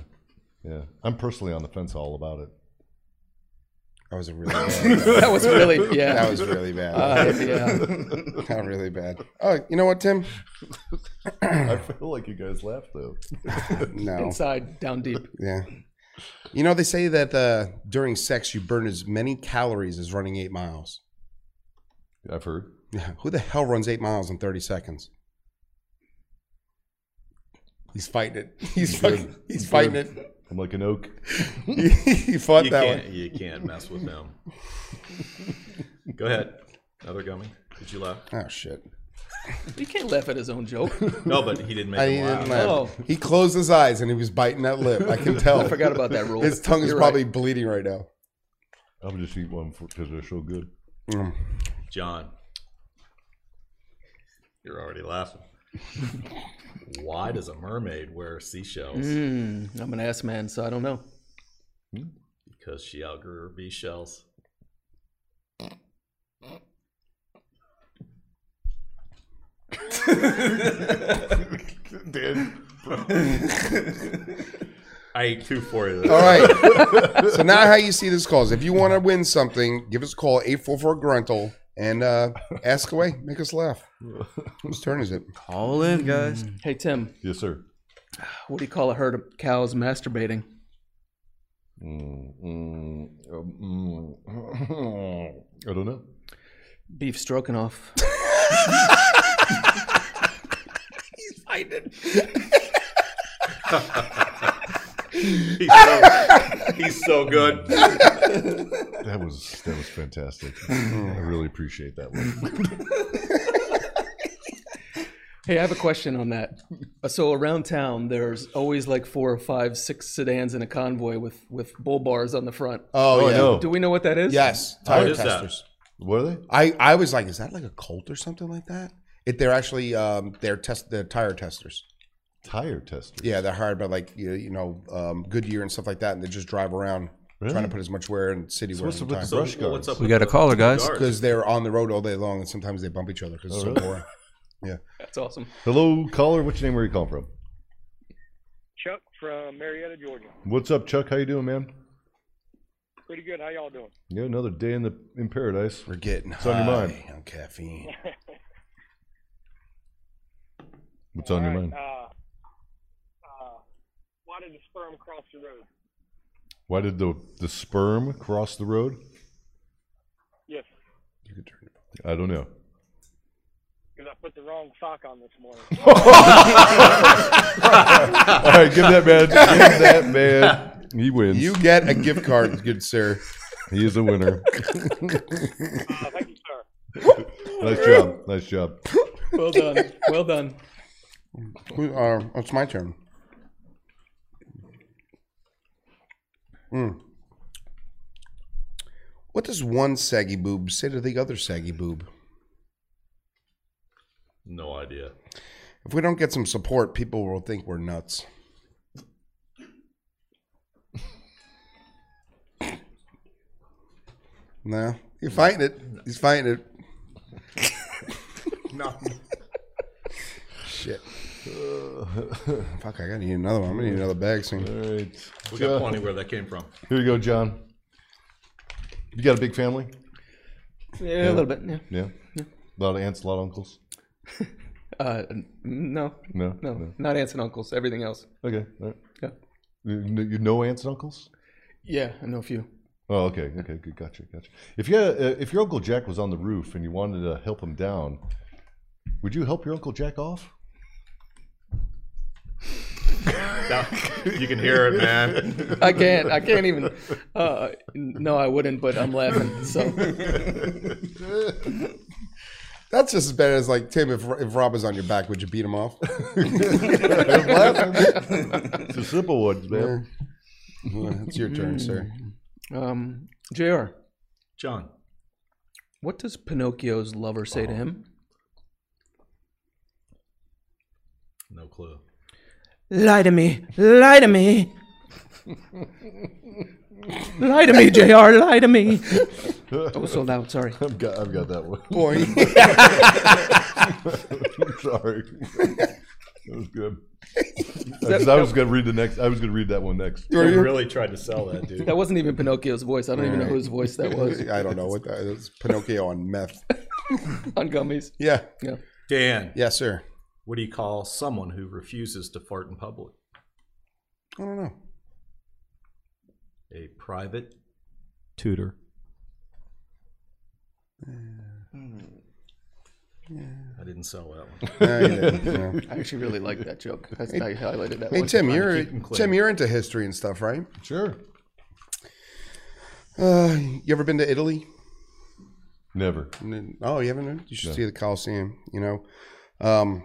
[SPEAKER 1] yeah. I'm personally on the fence all about it.
[SPEAKER 2] That was a really bad.
[SPEAKER 3] That was really
[SPEAKER 2] that
[SPEAKER 3] yeah.
[SPEAKER 2] was really bad.
[SPEAKER 3] Uh, yeah.
[SPEAKER 2] Not really bad. Oh, you know what, Tim?
[SPEAKER 1] I feel like you guys laugh though.
[SPEAKER 2] No.
[SPEAKER 3] Inside, down deep.
[SPEAKER 2] Yeah. You know they say that uh, during sex you burn as many calories as running eight miles.
[SPEAKER 1] I've heard.
[SPEAKER 2] Yeah. Who the hell runs eight miles in thirty seconds? He's fighting it. He's fucking, he's fighting it.
[SPEAKER 1] I'm like an oak.
[SPEAKER 2] he fought
[SPEAKER 4] You
[SPEAKER 2] that
[SPEAKER 4] can't
[SPEAKER 2] one.
[SPEAKER 4] you can't mess with them. Go ahead. Another gummy. Did you laugh?
[SPEAKER 2] Oh shit.
[SPEAKER 3] You can't laugh at his own joke.
[SPEAKER 4] No, but he didn't make
[SPEAKER 2] I
[SPEAKER 4] him laugh.
[SPEAKER 2] didn't laugh.
[SPEAKER 3] Oh.
[SPEAKER 2] He closed his eyes and he was biting that lip. I can tell.
[SPEAKER 3] I forgot about that rule.
[SPEAKER 2] His tongue is
[SPEAKER 3] You're
[SPEAKER 2] probably
[SPEAKER 3] right.
[SPEAKER 2] bleeding right now.
[SPEAKER 1] I'll just eat one because they're so good.
[SPEAKER 4] John, you're already laughing. Why does a mermaid wear seashells?
[SPEAKER 3] Mm, I'm an ass man, so I don't know.
[SPEAKER 4] Because she outgrew her bee shells. I ate two for you.
[SPEAKER 2] All right. so now how you see this calls. If you want to win something, give us a call, 844-GRUNTLE, and uh, ask away. Make us laugh. Whose turn is it?
[SPEAKER 5] All in, guys.
[SPEAKER 3] Hey Tim,
[SPEAKER 1] Yes, sir.
[SPEAKER 3] what do you call a herd of cows masturbating?
[SPEAKER 1] Mm, mm, um, mm. I don't know.
[SPEAKER 3] Beef stroganoff.
[SPEAKER 4] He's so, he's so good.
[SPEAKER 1] That was that was fantastic. I really appreciate that one.
[SPEAKER 3] Hey, I have a question on that. Uh, So around town, there's always like four or five, six sedans in a convoy with with bull bars on the front.
[SPEAKER 2] Oh,
[SPEAKER 1] I
[SPEAKER 2] yeah.
[SPEAKER 1] know.
[SPEAKER 3] Do we know what that is?
[SPEAKER 2] Yes. Tire
[SPEAKER 4] is that?
[SPEAKER 2] testers.
[SPEAKER 1] What are they?
[SPEAKER 2] I, I was like, is that like a cult or something like that? If they're actually um, they're test they're tire testers.
[SPEAKER 1] Tire tester.
[SPEAKER 2] Yeah, they're hired by like you you know um, Goodyear and stuff like that, and they just drive around trying to put as much wear in city wear
[SPEAKER 1] what's
[SPEAKER 2] as
[SPEAKER 1] up with
[SPEAKER 2] time
[SPEAKER 1] the brush
[SPEAKER 4] well, what's
[SPEAKER 1] guards?
[SPEAKER 4] up
[SPEAKER 5] We
[SPEAKER 4] with
[SPEAKER 5] got a
[SPEAKER 4] the-
[SPEAKER 5] caller, guys.
[SPEAKER 4] guards?
[SPEAKER 2] because they're on the road all day long, and sometimes they bump each other
[SPEAKER 1] Oh,
[SPEAKER 2] because it's so boring.
[SPEAKER 3] That's awesome.
[SPEAKER 1] Hello, caller. What's your name? Where you calling from?
[SPEAKER 6] Chuck from Marietta, Georgia.
[SPEAKER 1] What's up, Chuck? How you doing, man?
[SPEAKER 6] Pretty good. How y'all doing?
[SPEAKER 1] Yeah, another day in the in paradise.
[SPEAKER 2] We're getting
[SPEAKER 1] on your
[SPEAKER 2] high
[SPEAKER 1] mind?
[SPEAKER 2] on caffeine.
[SPEAKER 1] What's on your
[SPEAKER 6] All right,
[SPEAKER 1] mind?
[SPEAKER 6] Uh, uh, why did the sperm cross the road?
[SPEAKER 1] Why did the the sperm cross the road?
[SPEAKER 6] Yes,
[SPEAKER 1] I don't know.
[SPEAKER 6] because I put the wrong sock on this morning.
[SPEAKER 1] All right, give that man. Give that man. He wins.
[SPEAKER 2] You get a gift card, good sir.
[SPEAKER 1] He is a winner.
[SPEAKER 6] uh, thank you, sir.
[SPEAKER 1] nice job. Nice job.
[SPEAKER 3] Well done. Well done.
[SPEAKER 2] Who- uh, oh, it's my turn. Mm. What does one saggy boob say to the other saggy boob?
[SPEAKER 4] No idea.
[SPEAKER 2] If we don't get some support, people will think we're nuts. no, you're fighting it. He's fighting it.
[SPEAKER 4] Nothing.
[SPEAKER 2] Shit. Fuck, I gotta eat another one. I'm gonna eat another bag
[SPEAKER 1] All
[SPEAKER 2] soon.
[SPEAKER 1] right.
[SPEAKER 4] We got plenty where that came from.
[SPEAKER 1] Here you go, John. You got a big family?
[SPEAKER 3] Yeah, a little bit. Yeah.
[SPEAKER 1] Yeah. A lot of aunts, a lot of uncles.
[SPEAKER 3] Uh, n- no,
[SPEAKER 1] No.
[SPEAKER 3] no, not aunts and uncles. Everything else.
[SPEAKER 1] Okay. All right.
[SPEAKER 3] Yeah.
[SPEAKER 1] You you know aunts and uncles?
[SPEAKER 3] Yeah, I know a few.
[SPEAKER 1] Oh, okay, okay, good, gotcha, gotcha. If you had, uh, if your uncle Jack was on the roof and you wanted to help him down, would you help your uncle Jack off?
[SPEAKER 4] That- you can hear it, man.
[SPEAKER 3] I can't. I can't even. Uh, no, I wouldn't. But I'm laughing. So
[SPEAKER 2] That's just as bad as like Tim. If if Rob was on your back, would you beat him off?
[SPEAKER 1] it's the simple ones, man.
[SPEAKER 2] Well, it's your turn, sir.
[SPEAKER 3] um, Jr.
[SPEAKER 4] John,
[SPEAKER 3] What does Pinocchio's lover say to him?
[SPEAKER 4] no clue.
[SPEAKER 3] Lie to me. Lie to me. lie to me, JR. Lie to me. Oh, so loud. Sorry.
[SPEAKER 1] I've got, I've got that one.
[SPEAKER 2] Boy,
[SPEAKER 1] Sorry, that was good. 'Cause I was gonna read the next. I was gonna read that one next.
[SPEAKER 4] We really tried to sell that, dude.
[SPEAKER 3] That wasn't even Pinocchio's voice. I don't even know whose voice that was
[SPEAKER 2] I don't know what that is. Pinocchio on meth.
[SPEAKER 3] on gummies.
[SPEAKER 2] Yeah.
[SPEAKER 3] Yeah.
[SPEAKER 4] Dan,
[SPEAKER 2] Yes, sir.
[SPEAKER 4] what do you call someone who refuses to fart in public?
[SPEAKER 2] I don't know.
[SPEAKER 4] A private tutor. I didn't sell that one.
[SPEAKER 2] No, you didn't. No.
[SPEAKER 3] I actually really like that joke. That's, I highlighted that
[SPEAKER 2] Hey
[SPEAKER 3] one.
[SPEAKER 2] Tim,
[SPEAKER 4] trying to
[SPEAKER 2] you're
[SPEAKER 4] keep 'em clean.
[SPEAKER 2] Tim, you're into history and stuff, right?
[SPEAKER 1] Sure.
[SPEAKER 2] Uh, you ever been to Italy?
[SPEAKER 1] Never.
[SPEAKER 2] And then- Oh, you haven't? been? You should see the Colosseum. You know, um,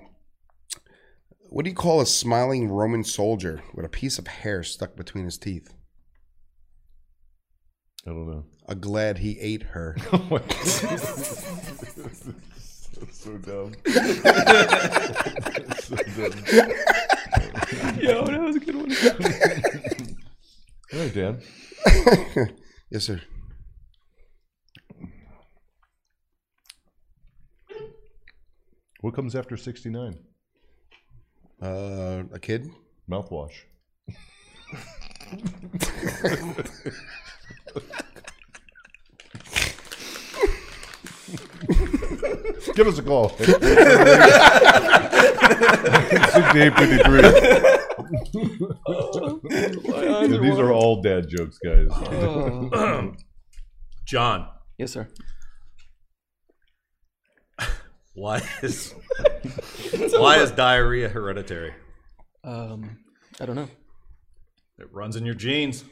[SPEAKER 2] what do you call a smiling Roman soldier with a piece of hair stuck between his teeth?
[SPEAKER 1] I don't know.
[SPEAKER 2] A glad he ate her.
[SPEAKER 1] so dumb.
[SPEAKER 3] Yo, that was a good one.
[SPEAKER 1] All right, Dan.
[SPEAKER 2] yes, sir.
[SPEAKER 1] What comes after sixty-nine?
[SPEAKER 2] Uh, a kid.
[SPEAKER 1] Mouthwash. Give us a call. 6853. And these are all dad jokes, guys.
[SPEAKER 4] John,
[SPEAKER 3] Yes, sir.
[SPEAKER 4] why is why is diarrhea hereditary?
[SPEAKER 3] Um, I don't know.
[SPEAKER 4] It runs in your genes.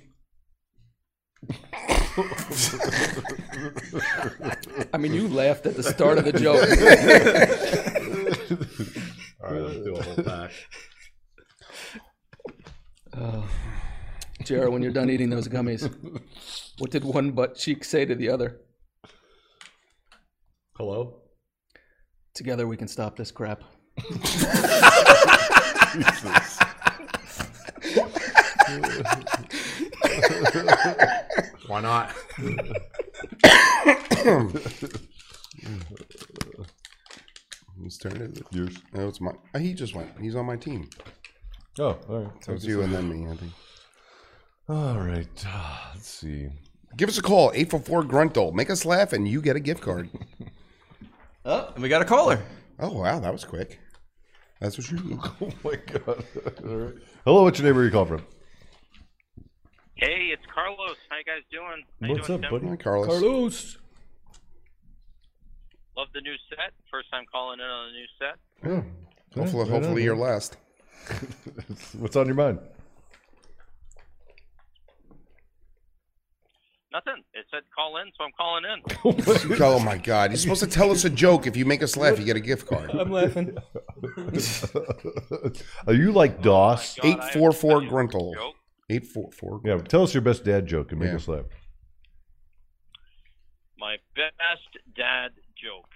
[SPEAKER 3] I mean, you laughed at the start of the joke.
[SPEAKER 4] All right, let's do a whole pack.
[SPEAKER 3] Jared, when you're done eating those gummies, what did one butt cheek say to the other?
[SPEAKER 4] Hello.
[SPEAKER 3] Together we can stop this crap.
[SPEAKER 4] Why not?
[SPEAKER 2] Whose turn is it?
[SPEAKER 1] Yours.
[SPEAKER 2] No, it's my. uh, He just went. He's on my team.
[SPEAKER 1] Oh, all right.
[SPEAKER 2] So it's you and then me. I think.
[SPEAKER 1] All right. Ah, Let's see.
[SPEAKER 2] Give us a call, 844 Gruntle. Make us laugh, and you get a gift card.
[SPEAKER 5] Oh, and we got a caller.
[SPEAKER 2] Oh, wow. That was quick. That's what you
[SPEAKER 1] Oh, my God. All right. Hello, what's your neighbor you call from?
[SPEAKER 6] Hey, it's Carlos. How you guys doing? How you
[SPEAKER 1] What's
[SPEAKER 6] doing,
[SPEAKER 1] up,
[SPEAKER 6] Tim?
[SPEAKER 1] buddy?
[SPEAKER 2] Hi, Carlos.
[SPEAKER 3] Carlos.
[SPEAKER 6] Love the new set. First time calling in on the new set.
[SPEAKER 1] Yeah.
[SPEAKER 2] Hopefully,
[SPEAKER 1] Right on,
[SPEAKER 2] hopefully
[SPEAKER 1] man.
[SPEAKER 2] you're last.
[SPEAKER 1] What's on your mind?
[SPEAKER 6] Nothing. It said call in, so I'm calling in.
[SPEAKER 2] Oh, my God. You're supposed to tell us a joke. If you make us laugh, you get a gift card.
[SPEAKER 3] I'm laughing.
[SPEAKER 1] Are you like DOS?
[SPEAKER 6] Oh God, I haven't
[SPEAKER 2] 844
[SPEAKER 6] seen you with a
[SPEAKER 2] Gruntle.
[SPEAKER 6] joke.
[SPEAKER 2] 844
[SPEAKER 1] Yeah, tell us your best dad joke and make
[SPEAKER 2] Yeah.
[SPEAKER 1] us laugh.
[SPEAKER 6] My best dad joke.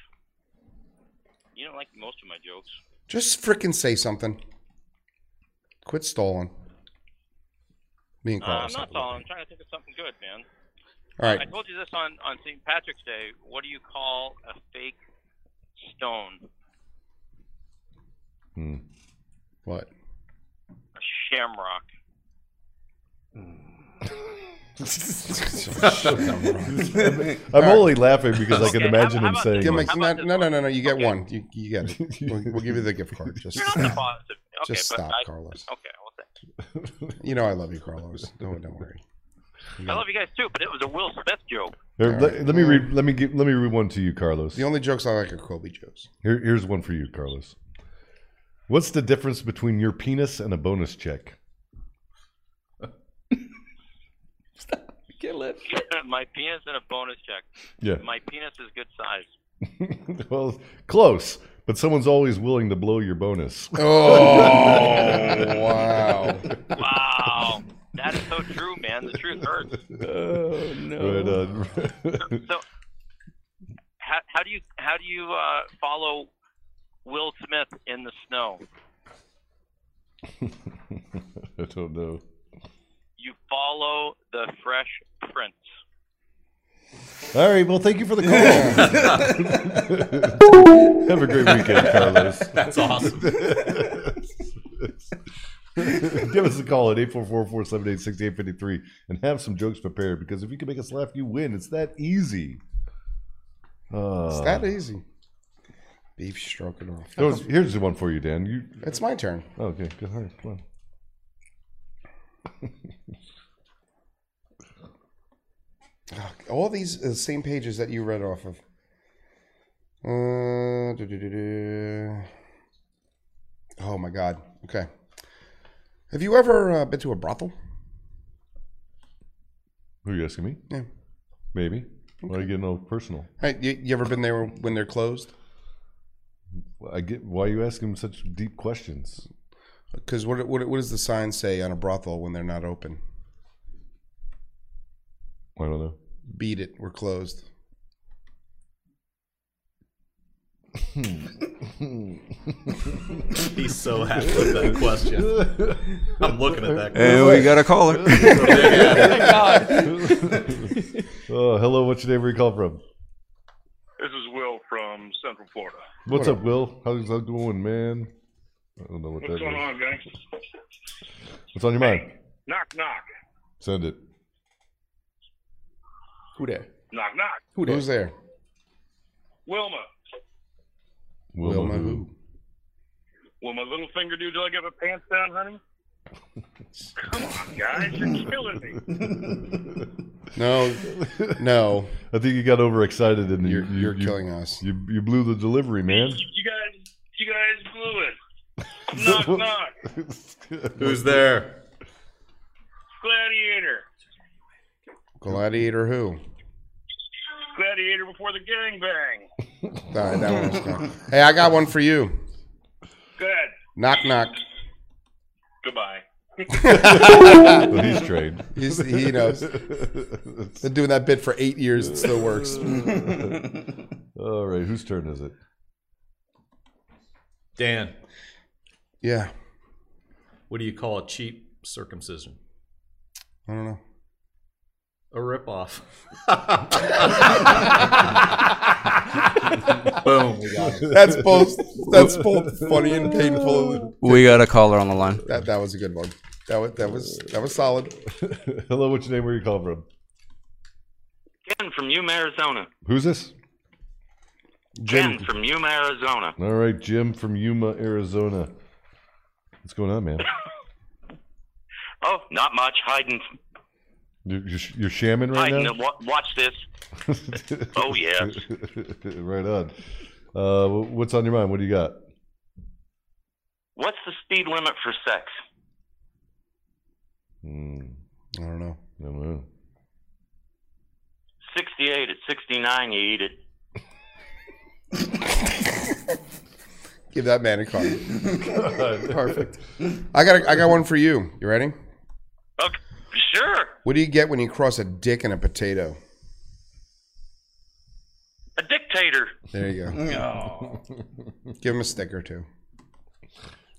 [SPEAKER 6] You don't like most of my jokes.
[SPEAKER 2] Just frickin' say something. Quit stalling. Me and
[SPEAKER 1] Oh,
[SPEAKER 6] Uh, I'm
[SPEAKER 2] Carlos.
[SPEAKER 6] not all. I'm trying to think of something good, man.
[SPEAKER 2] All
[SPEAKER 6] I
[SPEAKER 2] right.
[SPEAKER 6] told you this on, on St. Patrick's Day. What do you call a fake stone?
[SPEAKER 2] What?
[SPEAKER 6] A shamrock.
[SPEAKER 1] I'm only laughing because I can
[SPEAKER 6] Okay,
[SPEAKER 1] imagine
[SPEAKER 6] how-
[SPEAKER 1] him
[SPEAKER 6] how
[SPEAKER 1] saying,
[SPEAKER 2] Give
[SPEAKER 6] about-
[SPEAKER 2] me,
[SPEAKER 1] like,
[SPEAKER 6] how
[SPEAKER 2] no,
[SPEAKER 6] about this
[SPEAKER 2] no, no,
[SPEAKER 6] one?
[SPEAKER 2] no, no. You get
[SPEAKER 6] Okay.
[SPEAKER 2] one. You, you get it. We'll, we'll give you the gift card. Just,
[SPEAKER 6] You're not the positive. Okay,
[SPEAKER 2] Just
[SPEAKER 6] but
[SPEAKER 2] stop,
[SPEAKER 6] I,
[SPEAKER 2] Carlos.
[SPEAKER 6] Okay, well, thank
[SPEAKER 2] you know, I love you, Carlos. Don't, don't worry.
[SPEAKER 6] I love you guys too, but it was a Will Smith joke.
[SPEAKER 1] Here, let, let me read. Let me give, let me read one to you, Carlos.
[SPEAKER 2] The only jokes I like are Kobe jokes.
[SPEAKER 1] Here, here's one for you, Carlos. What's the difference between your penis and a bonus check?
[SPEAKER 3] Can't live.
[SPEAKER 6] My penis and a bonus check.
[SPEAKER 1] Yeah.
[SPEAKER 6] My penis is good size.
[SPEAKER 1] well, close, but someone's always willing to blow your bonus.
[SPEAKER 2] Oh wow!
[SPEAKER 6] Wow. that is so true, man. The truth hurts.
[SPEAKER 3] Oh no.
[SPEAKER 1] But, uh,
[SPEAKER 6] So, how, how do you how do you uh, follow Will Smith in the snow?
[SPEAKER 1] I don't know.
[SPEAKER 6] You follow the fresh prince.
[SPEAKER 1] All right. Well, thank you for the call. Have a great weekend, Carlos.
[SPEAKER 4] That's awesome.
[SPEAKER 1] Give us a call at 844-478-6853 and have some jokes prepared because if you can make us laugh, you win. It's that easy. Uh,
[SPEAKER 2] It's that easy. Beef stroking off.
[SPEAKER 1] there was- here's one for you, Dan. You oh,
[SPEAKER 2] It's my turn.
[SPEAKER 1] okay? Good. All right, come on.
[SPEAKER 2] Ugh, All these uh, same pages that you read off of. Uh, du-du-du-du. oh my God. Okay. Have you ever uh, been to a brothel?
[SPEAKER 1] Who are you asking me?
[SPEAKER 2] Yeah.
[SPEAKER 1] Maybe. Why are you getting all personal?
[SPEAKER 2] Hey, you, you ever been there when they're closed?
[SPEAKER 1] I get why are you asking such deep questions.
[SPEAKER 2] Because what, what what does the sign say on a brothel when they're not open?
[SPEAKER 1] I don't know.
[SPEAKER 2] Beat it. We're closed.
[SPEAKER 4] He's so happy with that question. I'm looking at that. Question.
[SPEAKER 7] And we got a caller.
[SPEAKER 1] Oh, hello. What's your name? Where you call from?
[SPEAKER 8] This is Will from Central Florida.
[SPEAKER 1] What's up, Will? How's that going, man? I don't know what
[SPEAKER 8] What's
[SPEAKER 1] that
[SPEAKER 8] going
[SPEAKER 1] is.
[SPEAKER 8] on, gang?
[SPEAKER 1] What's on your mind?
[SPEAKER 8] Knock, knock.
[SPEAKER 1] Send it.
[SPEAKER 3] Who there?
[SPEAKER 8] Knock, knock.
[SPEAKER 3] Who there?
[SPEAKER 2] Who's there?
[SPEAKER 8] Wilma.
[SPEAKER 1] Wilma who?
[SPEAKER 8] Will my little finger do till I get my pants down, honey? Come on, guys. You're killing me.
[SPEAKER 2] No, no.
[SPEAKER 1] I think you got overexcited and
[SPEAKER 2] You're
[SPEAKER 1] you,
[SPEAKER 2] you're
[SPEAKER 1] you,
[SPEAKER 2] killing us.
[SPEAKER 1] You, you blew the delivery, man.
[SPEAKER 8] You guys, you guys blew it. Knock, knock.
[SPEAKER 4] Who's there?
[SPEAKER 8] Gladiator.
[SPEAKER 2] Gladiator who?
[SPEAKER 8] Gladiator before the gangbang.
[SPEAKER 2] All right, that one was gone. Hey, I got one for you.
[SPEAKER 8] Good.
[SPEAKER 2] Knock knock.
[SPEAKER 8] Goodbye.
[SPEAKER 1] Well, he's trained.
[SPEAKER 2] He's, he knows. Been doing that bit for eight years. It still works.
[SPEAKER 1] All right, whose turn is it?
[SPEAKER 4] Dan,
[SPEAKER 2] Yeah.
[SPEAKER 4] what do you call a cheap circumcision?
[SPEAKER 2] I don't know.
[SPEAKER 4] A ripoff.
[SPEAKER 7] Boom.
[SPEAKER 2] That's both. That's both funny and painful.
[SPEAKER 7] We got a caller on the line.
[SPEAKER 2] That that was a good one. That was that was that was solid.
[SPEAKER 1] hello, what's your name? Where you call from?
[SPEAKER 6] Ken from Yuma, Arizona.
[SPEAKER 1] Who's this?
[SPEAKER 6] Ken from Yuma, Arizona.
[SPEAKER 1] All right, Jim from Yuma, Arizona. What's going on, man?
[SPEAKER 6] Oh, not much. Hiding,
[SPEAKER 1] You're, you're, sh- you're shamming right
[SPEAKER 6] hiding.
[SPEAKER 1] now.
[SPEAKER 6] the- wa- Watch this. Oh yeah.
[SPEAKER 1] right on. Uh, wh- what's on your mind? What do you got?
[SPEAKER 6] What's the speed limit for sex?
[SPEAKER 1] Hmm,
[SPEAKER 2] I don't know.
[SPEAKER 1] I don't know.
[SPEAKER 6] 68 at 69, you eat it.
[SPEAKER 2] Give that man a call. Perfect. I got a, I got one for you. You ready?
[SPEAKER 6] Okay, sure.
[SPEAKER 2] What do you get when you cross a dick and a potato?
[SPEAKER 6] A dictator.
[SPEAKER 2] There you go. Give him a stick or two.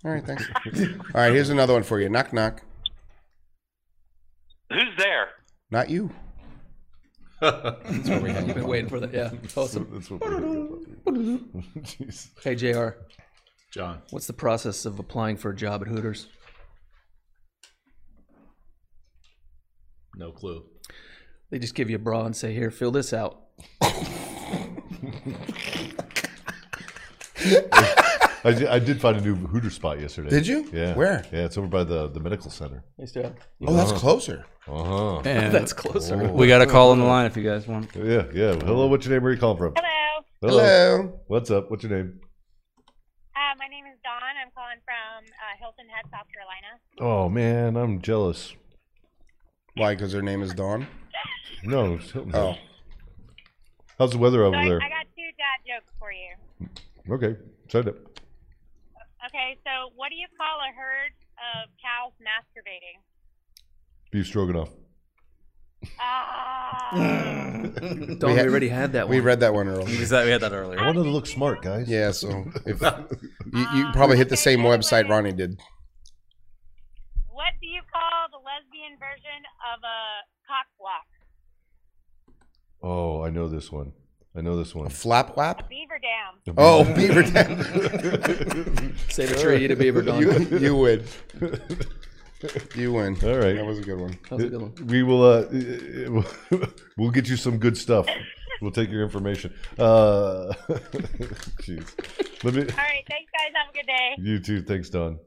[SPEAKER 2] All right, thanks. All right, here's another one for you. Knock knock.
[SPEAKER 6] Who's there?
[SPEAKER 2] Not you.
[SPEAKER 3] You've been waiting for that. Yeah. Awesome.
[SPEAKER 1] That's what we're doing. Jeez.
[SPEAKER 3] Hey Jr.
[SPEAKER 4] John,
[SPEAKER 3] What's the process of applying for a job at Hooters?
[SPEAKER 4] no clue.
[SPEAKER 3] They just give you a bra and say, "Here, fill this out."
[SPEAKER 1] I, did- I did find a new Hooter spot yesterday.
[SPEAKER 2] Did you?
[SPEAKER 1] Yeah.
[SPEAKER 2] Where?
[SPEAKER 1] Yeah, it's over by the, the medical center.
[SPEAKER 3] Nice job.
[SPEAKER 2] Oh, that's closer.
[SPEAKER 1] Uh huh.
[SPEAKER 5] And
[SPEAKER 3] That's closer.
[SPEAKER 5] we got a call on the line if you guys want.
[SPEAKER 1] Oh. Yeah, yeah. Hello, what's your name? Where are you calling from?
[SPEAKER 9] Hello.
[SPEAKER 2] Hello.
[SPEAKER 1] What's up? What's your name?
[SPEAKER 9] Uh, my name is Dawn. I'm calling from uh, Hilton Head, South Carolina.
[SPEAKER 1] Oh man, I'm jealous.
[SPEAKER 2] Why? Because her name is Dawn.
[SPEAKER 1] No, it's Hilton.
[SPEAKER 2] Oh,
[SPEAKER 1] How's the weather
[SPEAKER 9] So
[SPEAKER 1] over
[SPEAKER 9] I,
[SPEAKER 1] there?
[SPEAKER 9] I got two dad jokes for you.
[SPEAKER 1] Okay, send it.
[SPEAKER 9] Okay, so what do you call a herd of cows masturbating?
[SPEAKER 1] Beef stroganoff.
[SPEAKER 9] Ah.
[SPEAKER 3] Don, we,
[SPEAKER 2] had-
[SPEAKER 3] already had that one.
[SPEAKER 2] we read that one earlier.
[SPEAKER 5] Because that, we had that earlier.
[SPEAKER 1] I wanted to look smart, guys.
[SPEAKER 2] Yeah, so if you, you probably hit the same website Ronnie did.
[SPEAKER 9] what do you call the lesbian version of a cock block?
[SPEAKER 1] Oh, I know this one. I know this one.
[SPEAKER 2] Flap whap.
[SPEAKER 9] Beaver dam.
[SPEAKER 2] Oh, beaver dam.
[SPEAKER 3] Save a tree, eat a beaver, Don.
[SPEAKER 2] you, you win. You win.
[SPEAKER 1] All right.
[SPEAKER 2] That was a good one.
[SPEAKER 3] that was a good one.
[SPEAKER 1] We will. Uh, we'll get you some good stuff. We'll take your information. Uh, jeez. Let me.
[SPEAKER 9] All right, thanks, guys. Have a good day.
[SPEAKER 1] You too. Thanks, Don.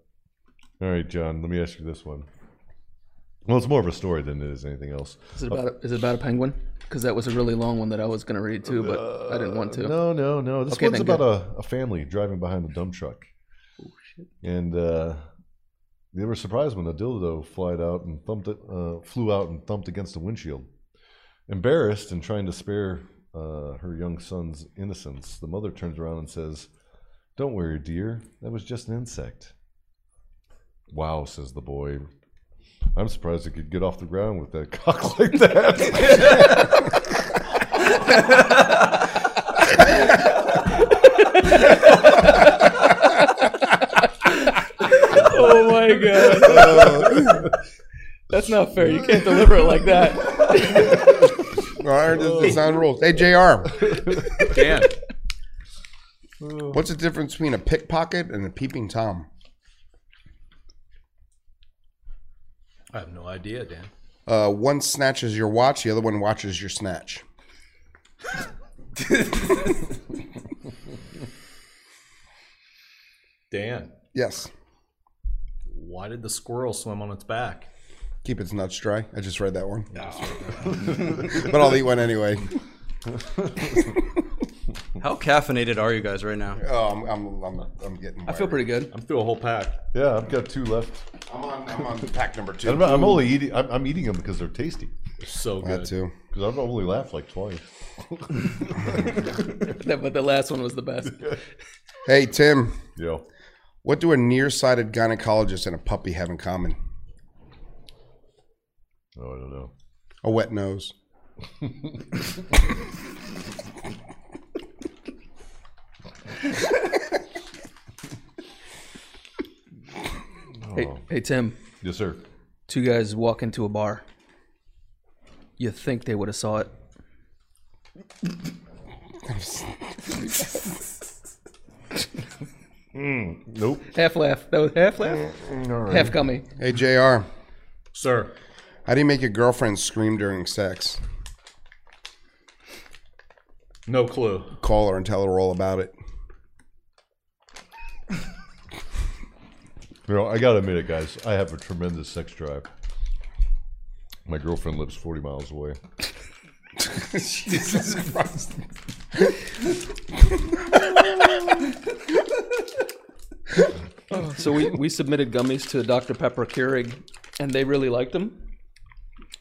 [SPEAKER 1] All right, John. Let me ask you this one. Well, it's more of a story than it is anything else.
[SPEAKER 3] Is it about a, is it about a penguin? Because that was a really long one that I was going to read too, but I didn't want to.
[SPEAKER 1] Uh, No, no, no. This
[SPEAKER 3] Okay,
[SPEAKER 1] one's
[SPEAKER 3] then, Oh,
[SPEAKER 1] about a, a family driving behind a dump truck. And uh, they were surprised when a dildo flied out and thumped it, uh, flew out and thumped against the windshield. Embarrassed and trying to spare uh, her young son's innocence, the mother turns around and says, "Don't worry, dear. That was just an insect." Wow, says the boy. I'm surprised it could get off the ground with that cock like that.
[SPEAKER 3] Oh my god. That's not fair. You can't deliver it like that.
[SPEAKER 2] All right, the sound rules. Hey, JR,
[SPEAKER 5] Dan.
[SPEAKER 2] what's the difference between a pickpocket and a peeping Tom?
[SPEAKER 4] I have no idea, Dan.
[SPEAKER 2] Uh, one snatches your watch, the other one watches your snatch.
[SPEAKER 4] Dan,
[SPEAKER 2] Yes.
[SPEAKER 4] why did the squirrel swim on its back?
[SPEAKER 2] Keep its nuts dry. I just read that one. but I'll eat one anyway.
[SPEAKER 5] How caffeinated are you guys right now?
[SPEAKER 2] Oh, I'm, I'm, I'm, I'm getting.
[SPEAKER 3] I feel
[SPEAKER 2] wired.
[SPEAKER 3] pretty good.
[SPEAKER 4] I'm through a whole pack.
[SPEAKER 1] yeah, I've got two left.
[SPEAKER 2] I'm on. I'm on pack number two.
[SPEAKER 1] I'm, not- I'm only eating. I'm, I'm eating them because they're tasty.
[SPEAKER 4] So
[SPEAKER 2] that
[SPEAKER 4] good.
[SPEAKER 2] too.
[SPEAKER 1] Because I've only laughed like twice.
[SPEAKER 3] That- but the last one was the best.
[SPEAKER 2] Hey Tim,
[SPEAKER 1] Yeah.
[SPEAKER 2] what do a nearsighted gynecologist and a puppy have in common?
[SPEAKER 1] Oh, I don't know.
[SPEAKER 2] A wet nose.
[SPEAKER 3] Hey, hey Tim,
[SPEAKER 1] Yes, sir.
[SPEAKER 3] two guys walk into a bar. You think they would have saw it?
[SPEAKER 1] Nope.
[SPEAKER 3] Half laugh. That was half laugh. Half gummy.
[SPEAKER 2] Hey Jr,
[SPEAKER 4] Sir,
[SPEAKER 2] how do you make your girlfriend scream during sex?
[SPEAKER 4] no clue.
[SPEAKER 2] Call her and tell her all about it.
[SPEAKER 1] You know, I gotta admit it, guys. I have a tremendous sex drive. My girlfriend lives 40 miles away.
[SPEAKER 2] Jesus Christ.
[SPEAKER 3] So we, we submitted gummies to Dr. Pepper Keurig, and they really liked them.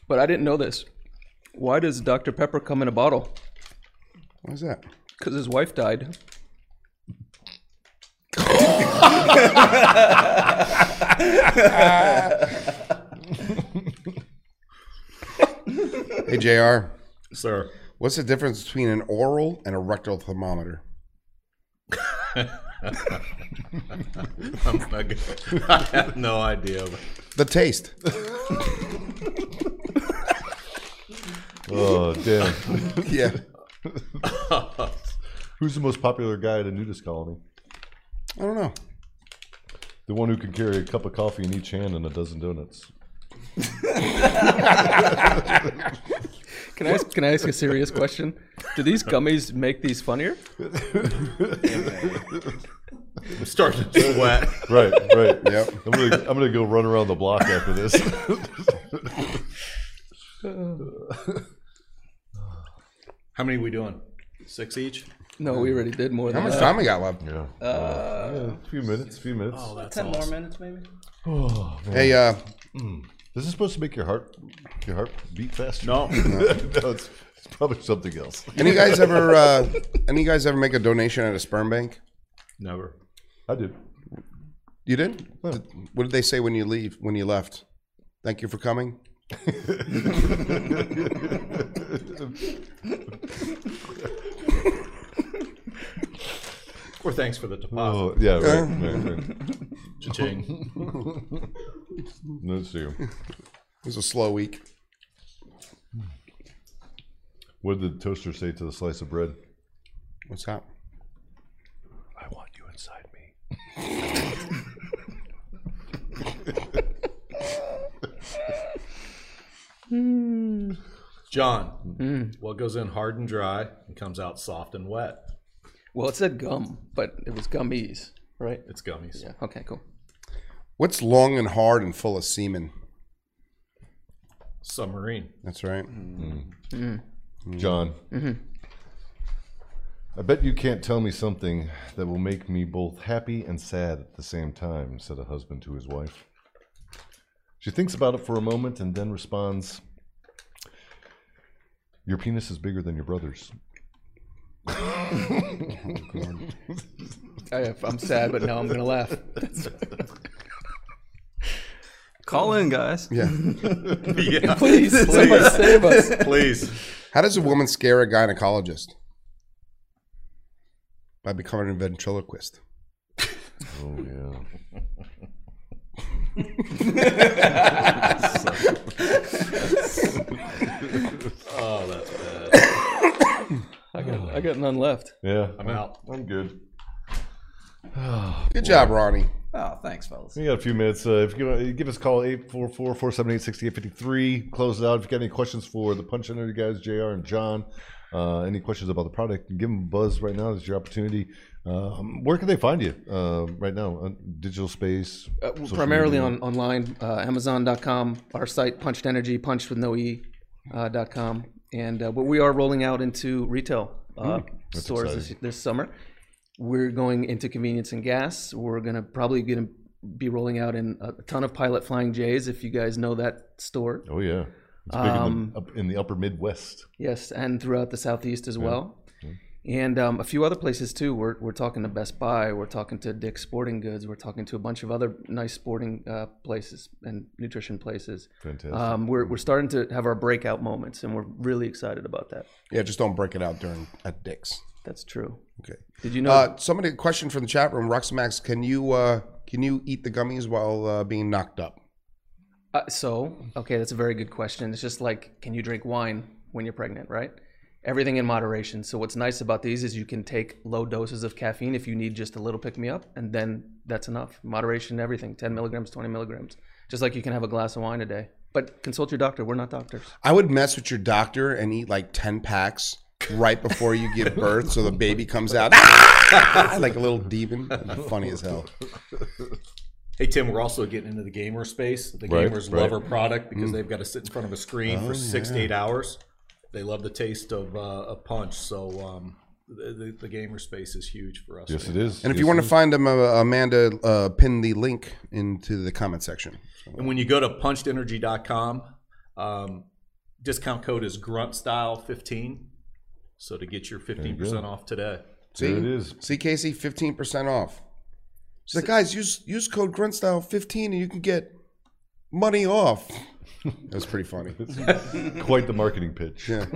[SPEAKER 3] But I didn't know this. Why does Dr. Pepper come in a bottle?
[SPEAKER 2] What is that?
[SPEAKER 3] Because his wife died.
[SPEAKER 2] Hey Jr,
[SPEAKER 4] Sir,
[SPEAKER 2] what's the difference between an oral and a rectal thermometer?
[SPEAKER 4] I'm not good. I have no idea.
[SPEAKER 2] The taste.
[SPEAKER 1] Oh, damn.
[SPEAKER 2] yeah.
[SPEAKER 1] Who's the most popular guy at a nudist colony?
[SPEAKER 2] I don't know.
[SPEAKER 1] The one who can carry a cup of coffee in each hand and a dozen donuts.
[SPEAKER 3] Can I ask, can I ask a serious question? Do these gummies make these funnier?
[SPEAKER 4] I'm starting to sweat.
[SPEAKER 1] Right, right.
[SPEAKER 2] Yep.
[SPEAKER 1] I'm gonna I'm gonna go run around the block after this.
[SPEAKER 4] How many we doing? Six each?
[SPEAKER 3] No, we already did more
[SPEAKER 2] How
[SPEAKER 3] than
[SPEAKER 2] much
[SPEAKER 3] that.
[SPEAKER 2] time we got left?
[SPEAKER 1] yeah.
[SPEAKER 3] Uh,
[SPEAKER 1] yeah, a few minutes, a few minutes.
[SPEAKER 5] Ten more minutes, maybe.
[SPEAKER 1] Oh, man.
[SPEAKER 2] Hey, uh,
[SPEAKER 1] This is supposed to make your heart your heart beat faster.
[SPEAKER 4] No.
[SPEAKER 1] no, it's, it's probably something else.
[SPEAKER 2] any guys ever? Uh, any guys ever make a donation at a sperm bank?
[SPEAKER 4] Never.
[SPEAKER 1] I did.
[SPEAKER 2] You did. What did they say when you leave? When you left? Thank you for coming.
[SPEAKER 4] Or thanks for the deposit.
[SPEAKER 1] Oh yeah, right, right, right.
[SPEAKER 4] Cha-ching.
[SPEAKER 1] Let's see.
[SPEAKER 2] It was a slow week.
[SPEAKER 1] What did the toaster say to the slice of bread?
[SPEAKER 2] What's that?
[SPEAKER 1] I want you inside me.
[SPEAKER 4] John, what goes in hard and dry and comes out soft and wet?
[SPEAKER 3] well, it said gum, but it was gummies, right?
[SPEAKER 4] It's gummies.
[SPEAKER 3] Yeah. Okay. Cool.
[SPEAKER 2] What's long and hard and full of semen?
[SPEAKER 4] Submarine.
[SPEAKER 2] That's right.
[SPEAKER 1] John. I bet you can't tell me something that will make me both happy and sad at the same time, said a husband to his wife. She thinks about it for a moment and then responds, Your penis is bigger than your brother's.
[SPEAKER 4] Oh,
[SPEAKER 3] I, I'm sad, but now I'm gonna laugh.
[SPEAKER 7] Call in, guys.
[SPEAKER 2] Yeah.
[SPEAKER 4] Yeah.
[SPEAKER 3] Please, somebody save us.
[SPEAKER 4] Please.
[SPEAKER 2] How does a woman scare a gynecologist? By becoming a ventriloquist.
[SPEAKER 1] Oh, yeah.
[SPEAKER 4] Oh, that's bad.
[SPEAKER 3] I got, I got none left.
[SPEAKER 1] Yeah.
[SPEAKER 4] I'm out.
[SPEAKER 1] I'm good.
[SPEAKER 2] Good job, Ronnie.
[SPEAKER 5] Oh, thanks, fellas.
[SPEAKER 1] We got a few minutes. Uh, if you wanna- give us a call, 844-478-6853. Close it out. If you got any questions for the punch under guys, JR and John, uh, any questions about the product, give them a buzz right now. It's your opportunity. Um, where can they find you uh, right now? Uh, digital space?
[SPEAKER 3] Uh, well,
[SPEAKER 1] social
[SPEAKER 3] primarily
[SPEAKER 1] media?
[SPEAKER 3] on online, uh, Amazon.com, our site, Punched Energy, punched with no e, uh, dot com, and uh, but we are rolling out into retail uh,
[SPEAKER 1] Hmm,
[SPEAKER 3] stores this, this summer. We're going into convenience and gas. We're gonna probably gonna be rolling out in a ton of Pilot Flying J's if you guys know that store.
[SPEAKER 1] Oh, yeah. It's big in, the,
[SPEAKER 2] Um,
[SPEAKER 1] up in the upper Midwest.
[SPEAKER 3] Yes, and throughout the southeast as well. And um, a few other places too. We're, we're talking to Best Buy. We're talking to Dick's Sporting Goods. We're talking to a bunch of other nice sporting uh, places and nutrition places.
[SPEAKER 1] Fantastic.
[SPEAKER 2] uh,
[SPEAKER 3] Um, we're, we're starting to have our breakout moments, and we're really excited about that.
[SPEAKER 2] Yeah, just don't break it out during at dicks.
[SPEAKER 3] That's true.
[SPEAKER 2] Okay.
[SPEAKER 3] Did you know?
[SPEAKER 2] Uh, somebody question from the chat room, Roxamax, can you uh, can you eat the gummies while uh, being knocked up?
[SPEAKER 3] Uh, so, okay, that's a very good question. It's just like, can you drink wine when you're pregnant, right? Everything in moderation. So, what's nice about these is you can take low doses of caffeine if you need just a little pick me up, and then that's enough. Moderation, everything 10 milligrams, 20 milligrams. Just like you can have a glass of wine a day. But consult your doctor. We're not doctors.
[SPEAKER 2] I would mess with your doctor and eat like ten packs right before you give birth, so the baby comes out "Ah!" like a little demon. That'd be funny as hell.
[SPEAKER 4] Hey, Tim, we're also getting into the gamer space. The
[SPEAKER 1] Right,
[SPEAKER 4] gamers
[SPEAKER 1] right.
[SPEAKER 4] love our product because they've got to sit in front of a screen for six to eight hours. They love the taste of uh, a punch. So um, the, the, the gamer space is huge for us.
[SPEAKER 1] Yes, it is.
[SPEAKER 2] And if
[SPEAKER 1] Yes,
[SPEAKER 2] you
[SPEAKER 1] it
[SPEAKER 2] want to
[SPEAKER 1] is.
[SPEAKER 2] find them, uh, Amanda, uh, pin the link into the comment section.
[SPEAKER 4] And when you go to punchedenergy.com, um, discount code is gruntstyle15. So to get your 15% off today.
[SPEAKER 2] See,
[SPEAKER 1] There it is.
[SPEAKER 2] See, Casey, fifteen percent off. She's like, guys, use use code Gruntstyle fifteen, and you can get money off. That was pretty funny.
[SPEAKER 1] Quite the marketing pitch.
[SPEAKER 2] Yeah.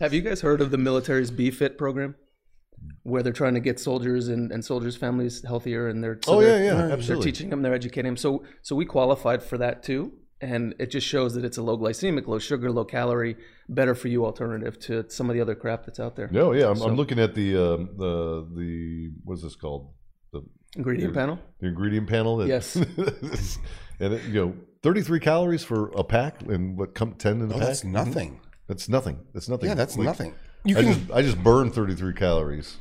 [SPEAKER 3] Have you guys heard of the military's BFIT program? Where they're trying to get soldiers and, and soldiers' families healthier, and they're so
[SPEAKER 1] Oh,
[SPEAKER 3] they're-
[SPEAKER 1] yeah, yeah,
[SPEAKER 3] They're
[SPEAKER 1] absolutely.
[SPEAKER 3] teaching them, they're educating them. So so we qualified for that too, and it just shows that it's a low glycemic, low sugar, low calorie, better for you alternative to some of the other crap that's out there.
[SPEAKER 1] No, yeah. I'm, I'm looking at the, um, the, the, what is this called? The
[SPEAKER 3] Ingredient panel.
[SPEAKER 1] the ingredient panel. That,
[SPEAKER 3] Yes.
[SPEAKER 1] and it, you know, 33 calories for a pack, and what come 10 in a
[SPEAKER 2] Oh,
[SPEAKER 1] pack?
[SPEAKER 2] that's nothing.
[SPEAKER 1] That's nothing. That's nothing.
[SPEAKER 2] Yeah, that's
[SPEAKER 1] Mm-hmm. Like,
[SPEAKER 2] nothing. You
[SPEAKER 1] I
[SPEAKER 2] can
[SPEAKER 1] just I just burned 33 calories.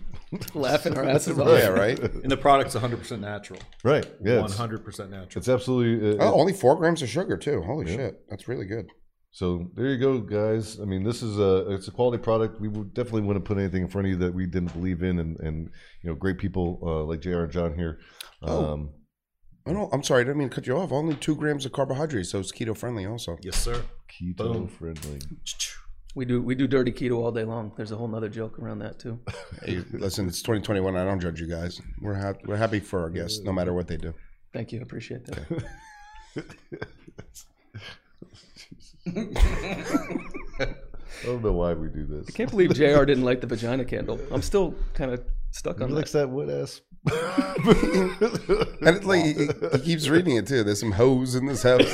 [SPEAKER 3] laughing our asses off.
[SPEAKER 1] Yeah, right.
[SPEAKER 4] And the product's 100% natural.
[SPEAKER 1] Right. Yeah. it's-
[SPEAKER 4] 100% natural.
[SPEAKER 1] It's absolutely. uh,
[SPEAKER 2] Oh, only four grams of sugar too. Holy
[SPEAKER 1] Yeah.
[SPEAKER 2] shit, that's really good.
[SPEAKER 1] So there you go, guys. I mean, this is a it's a quality product. We would definitely wouldn't put anything in front of you that we didn't believe in, and and you know, great people uh, like Jr. and John here.
[SPEAKER 2] Oh.
[SPEAKER 1] Um,
[SPEAKER 2] I don't. I'm sorry, I didn't mean to cut you off. Only two grams of carbohydrates, so it's keto friendly. Also,
[SPEAKER 4] Yes, sir.
[SPEAKER 1] keto
[SPEAKER 4] Boom.
[SPEAKER 1] friendly.
[SPEAKER 3] We do we do dirty keto all day long. There's a whole nother joke around that too.
[SPEAKER 2] Hey, listen, it's 2021. I don't judge you guys. We're ha- we're happy for our guests, no matter what they do.
[SPEAKER 3] Thank you, appreciate that.
[SPEAKER 1] I don't know why we do this.
[SPEAKER 3] I can't believe Jr. didn't like the vagina candle. I'm still kind of stuck
[SPEAKER 1] He
[SPEAKER 3] on
[SPEAKER 1] likes that
[SPEAKER 3] that.
[SPEAKER 1] wood ass.
[SPEAKER 2] And it's like he, he- he keeps reading it too. There's some hoes in this house.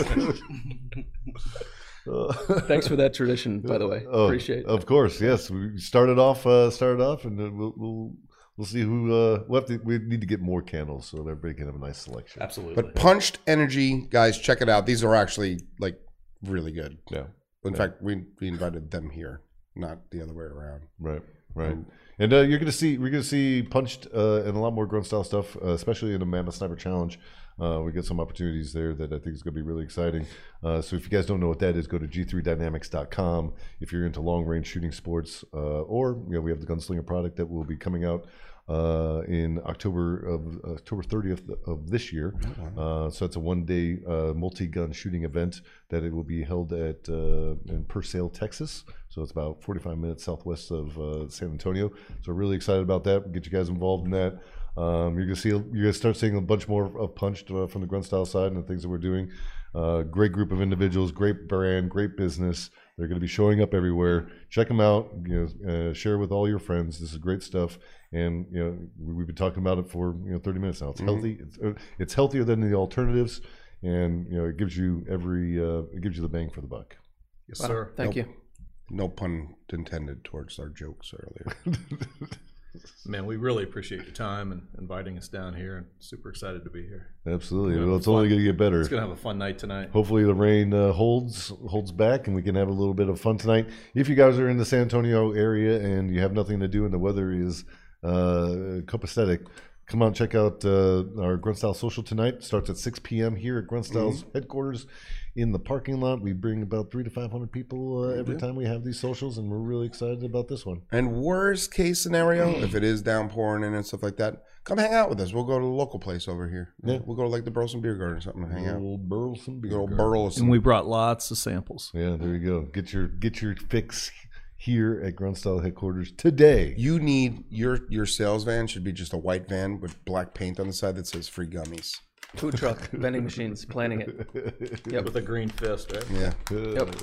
[SPEAKER 3] Thanks for that tradition, by the way.
[SPEAKER 1] Oh,
[SPEAKER 3] appreciate. it.
[SPEAKER 1] Of course, yes. We started off, uh, started off, and then we'll we'll, we'll see who uh, we have to. We need to get more candles so that everybody can have a nice selection.
[SPEAKER 4] Absolutely.
[SPEAKER 2] but punched energy, guys, check it out. These are actually like really good.
[SPEAKER 1] Yeah.
[SPEAKER 2] In fact, we we invited them here, not the other way around.
[SPEAKER 1] Right, right. And uh, you're gonna see we're gonna see punched uh, and a lot more grunt style stuff, uh, especially in the Mammoth Sniper Challenge. Uh, we get some opportunities there that I think is gonna be really exciting. Uh, so if you guys don't know what that is, go to g3dynamics.com if you're into long range shooting sports, uh, or you know we have the Gunslinger product that will be coming out. Uh, in October of October 30th of this year, uh, so it's a one-day uh, multi-gun shooting event that it will be held at uh, in Persail, Texas. So it's about 45 minutes southwest of uh, San Antonio. So really excited about that. Get you guys involved in that. Um, you're gonna see you're gonna start seeing a bunch more of Punched uh, from the grunt style side and the things that we're doing. Uh, great group of individuals, great brand, great business. They're going to be showing up everywhere. Check them out. You know, uh, share with all your friends. This is great stuff. And you know, we, we've been talking about it for you know 30 minutes now. It's
[SPEAKER 4] Mm-hmm.
[SPEAKER 1] healthy. It's, uh, it's healthier than the alternatives, and you know, it gives you every uh, it gives you the bang for the buck.
[SPEAKER 4] yes, sir.
[SPEAKER 3] Thank
[SPEAKER 2] Nope.
[SPEAKER 3] you.
[SPEAKER 2] No pun intended towards our jokes earlier.
[SPEAKER 4] Man, we really appreciate your time and inviting us down here and super excited to be here.
[SPEAKER 1] Absolutely.
[SPEAKER 4] Yeah,
[SPEAKER 1] well, it's only
[SPEAKER 4] fun.
[SPEAKER 1] going to get better.
[SPEAKER 4] It's going to have a fun night tonight.
[SPEAKER 1] Hopefully the rain uh, holds holds back, and we can have a little bit of fun tonight. If you guys are in the San Antonio area and you have nothing to do, and the weather is uh, copacetic, come out and check out uh, our Grunt Style Social tonight. Starts at 6 p.m. here at Grunt Style's
[SPEAKER 2] Mm-hmm.
[SPEAKER 1] headquarters in the parking lot. We bring about three to five hundred people uh, every time we have these socials, and we're really excited about this one.
[SPEAKER 2] And worst case scenario, if it is downpouring and stuff like that, come hang out with us. We'll go to a local place over here.
[SPEAKER 1] Yeah.
[SPEAKER 2] We'll go to like the Burleson Beer Garden or something and hang out.
[SPEAKER 1] Little Burleson Beer
[SPEAKER 2] Good old
[SPEAKER 1] Garden.
[SPEAKER 2] Burleson.
[SPEAKER 4] we brought lots of samples.
[SPEAKER 1] Yeah, there you go. Get your get your fix here at Grunt Style headquarters today.
[SPEAKER 2] you need your your sales van should be just a white van with black paint on the side that says free gummies.
[SPEAKER 3] Food truck, vending machines, planning it.
[SPEAKER 4] With a green fist, right?
[SPEAKER 2] Yeah.
[SPEAKER 1] Yep.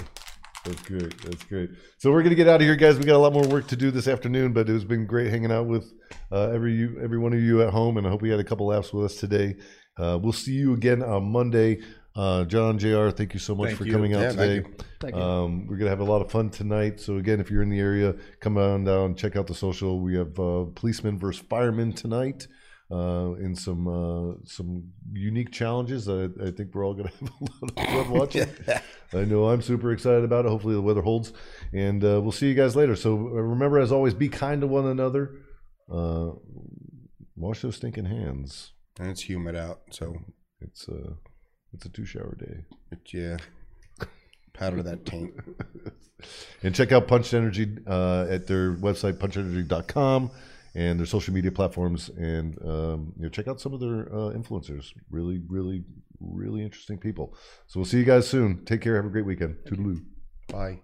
[SPEAKER 1] That's great. That's great. So we're gonna get out of here, guys. We got a lot more work to do this afternoon, but it's been great hanging out with uh, every you, every one of you at home, and I hope we had a couple laughs with us today. Uh, we'll see you again on Monday. Uh, John Jr., thank you so much
[SPEAKER 4] Thank
[SPEAKER 1] for
[SPEAKER 4] you.
[SPEAKER 1] coming out
[SPEAKER 2] Yeah, thank
[SPEAKER 1] today.
[SPEAKER 2] you.
[SPEAKER 3] Thank you.
[SPEAKER 1] Um, we're gonna have a lot of fun tonight. So again, if you're in the area, come on down, check out the social. We have uh, policemen versus firemen tonight, uh, in some uh, some unique challenges. I, I think we're all gonna have a lot of fun watching. I know I'm super excited about it. Hopefully the weather holds, and uh, we'll see you guys later. So uh, remember, as always, be kind to one another. Uh, wash those stinking hands.
[SPEAKER 2] And it's humid out, so
[SPEAKER 1] It's uh, it's a two shower day.
[SPEAKER 2] it, yeah. Powder that taint.
[SPEAKER 1] And check out Punched Energy uh, at their website, punchenergy.com, and their social media platforms. And um, you know, check out some of their uh, influencers. Really, really, really interesting people. So we'll see you guys soon. Take care. Have a great weekend. Toodaloo.
[SPEAKER 2] Bye.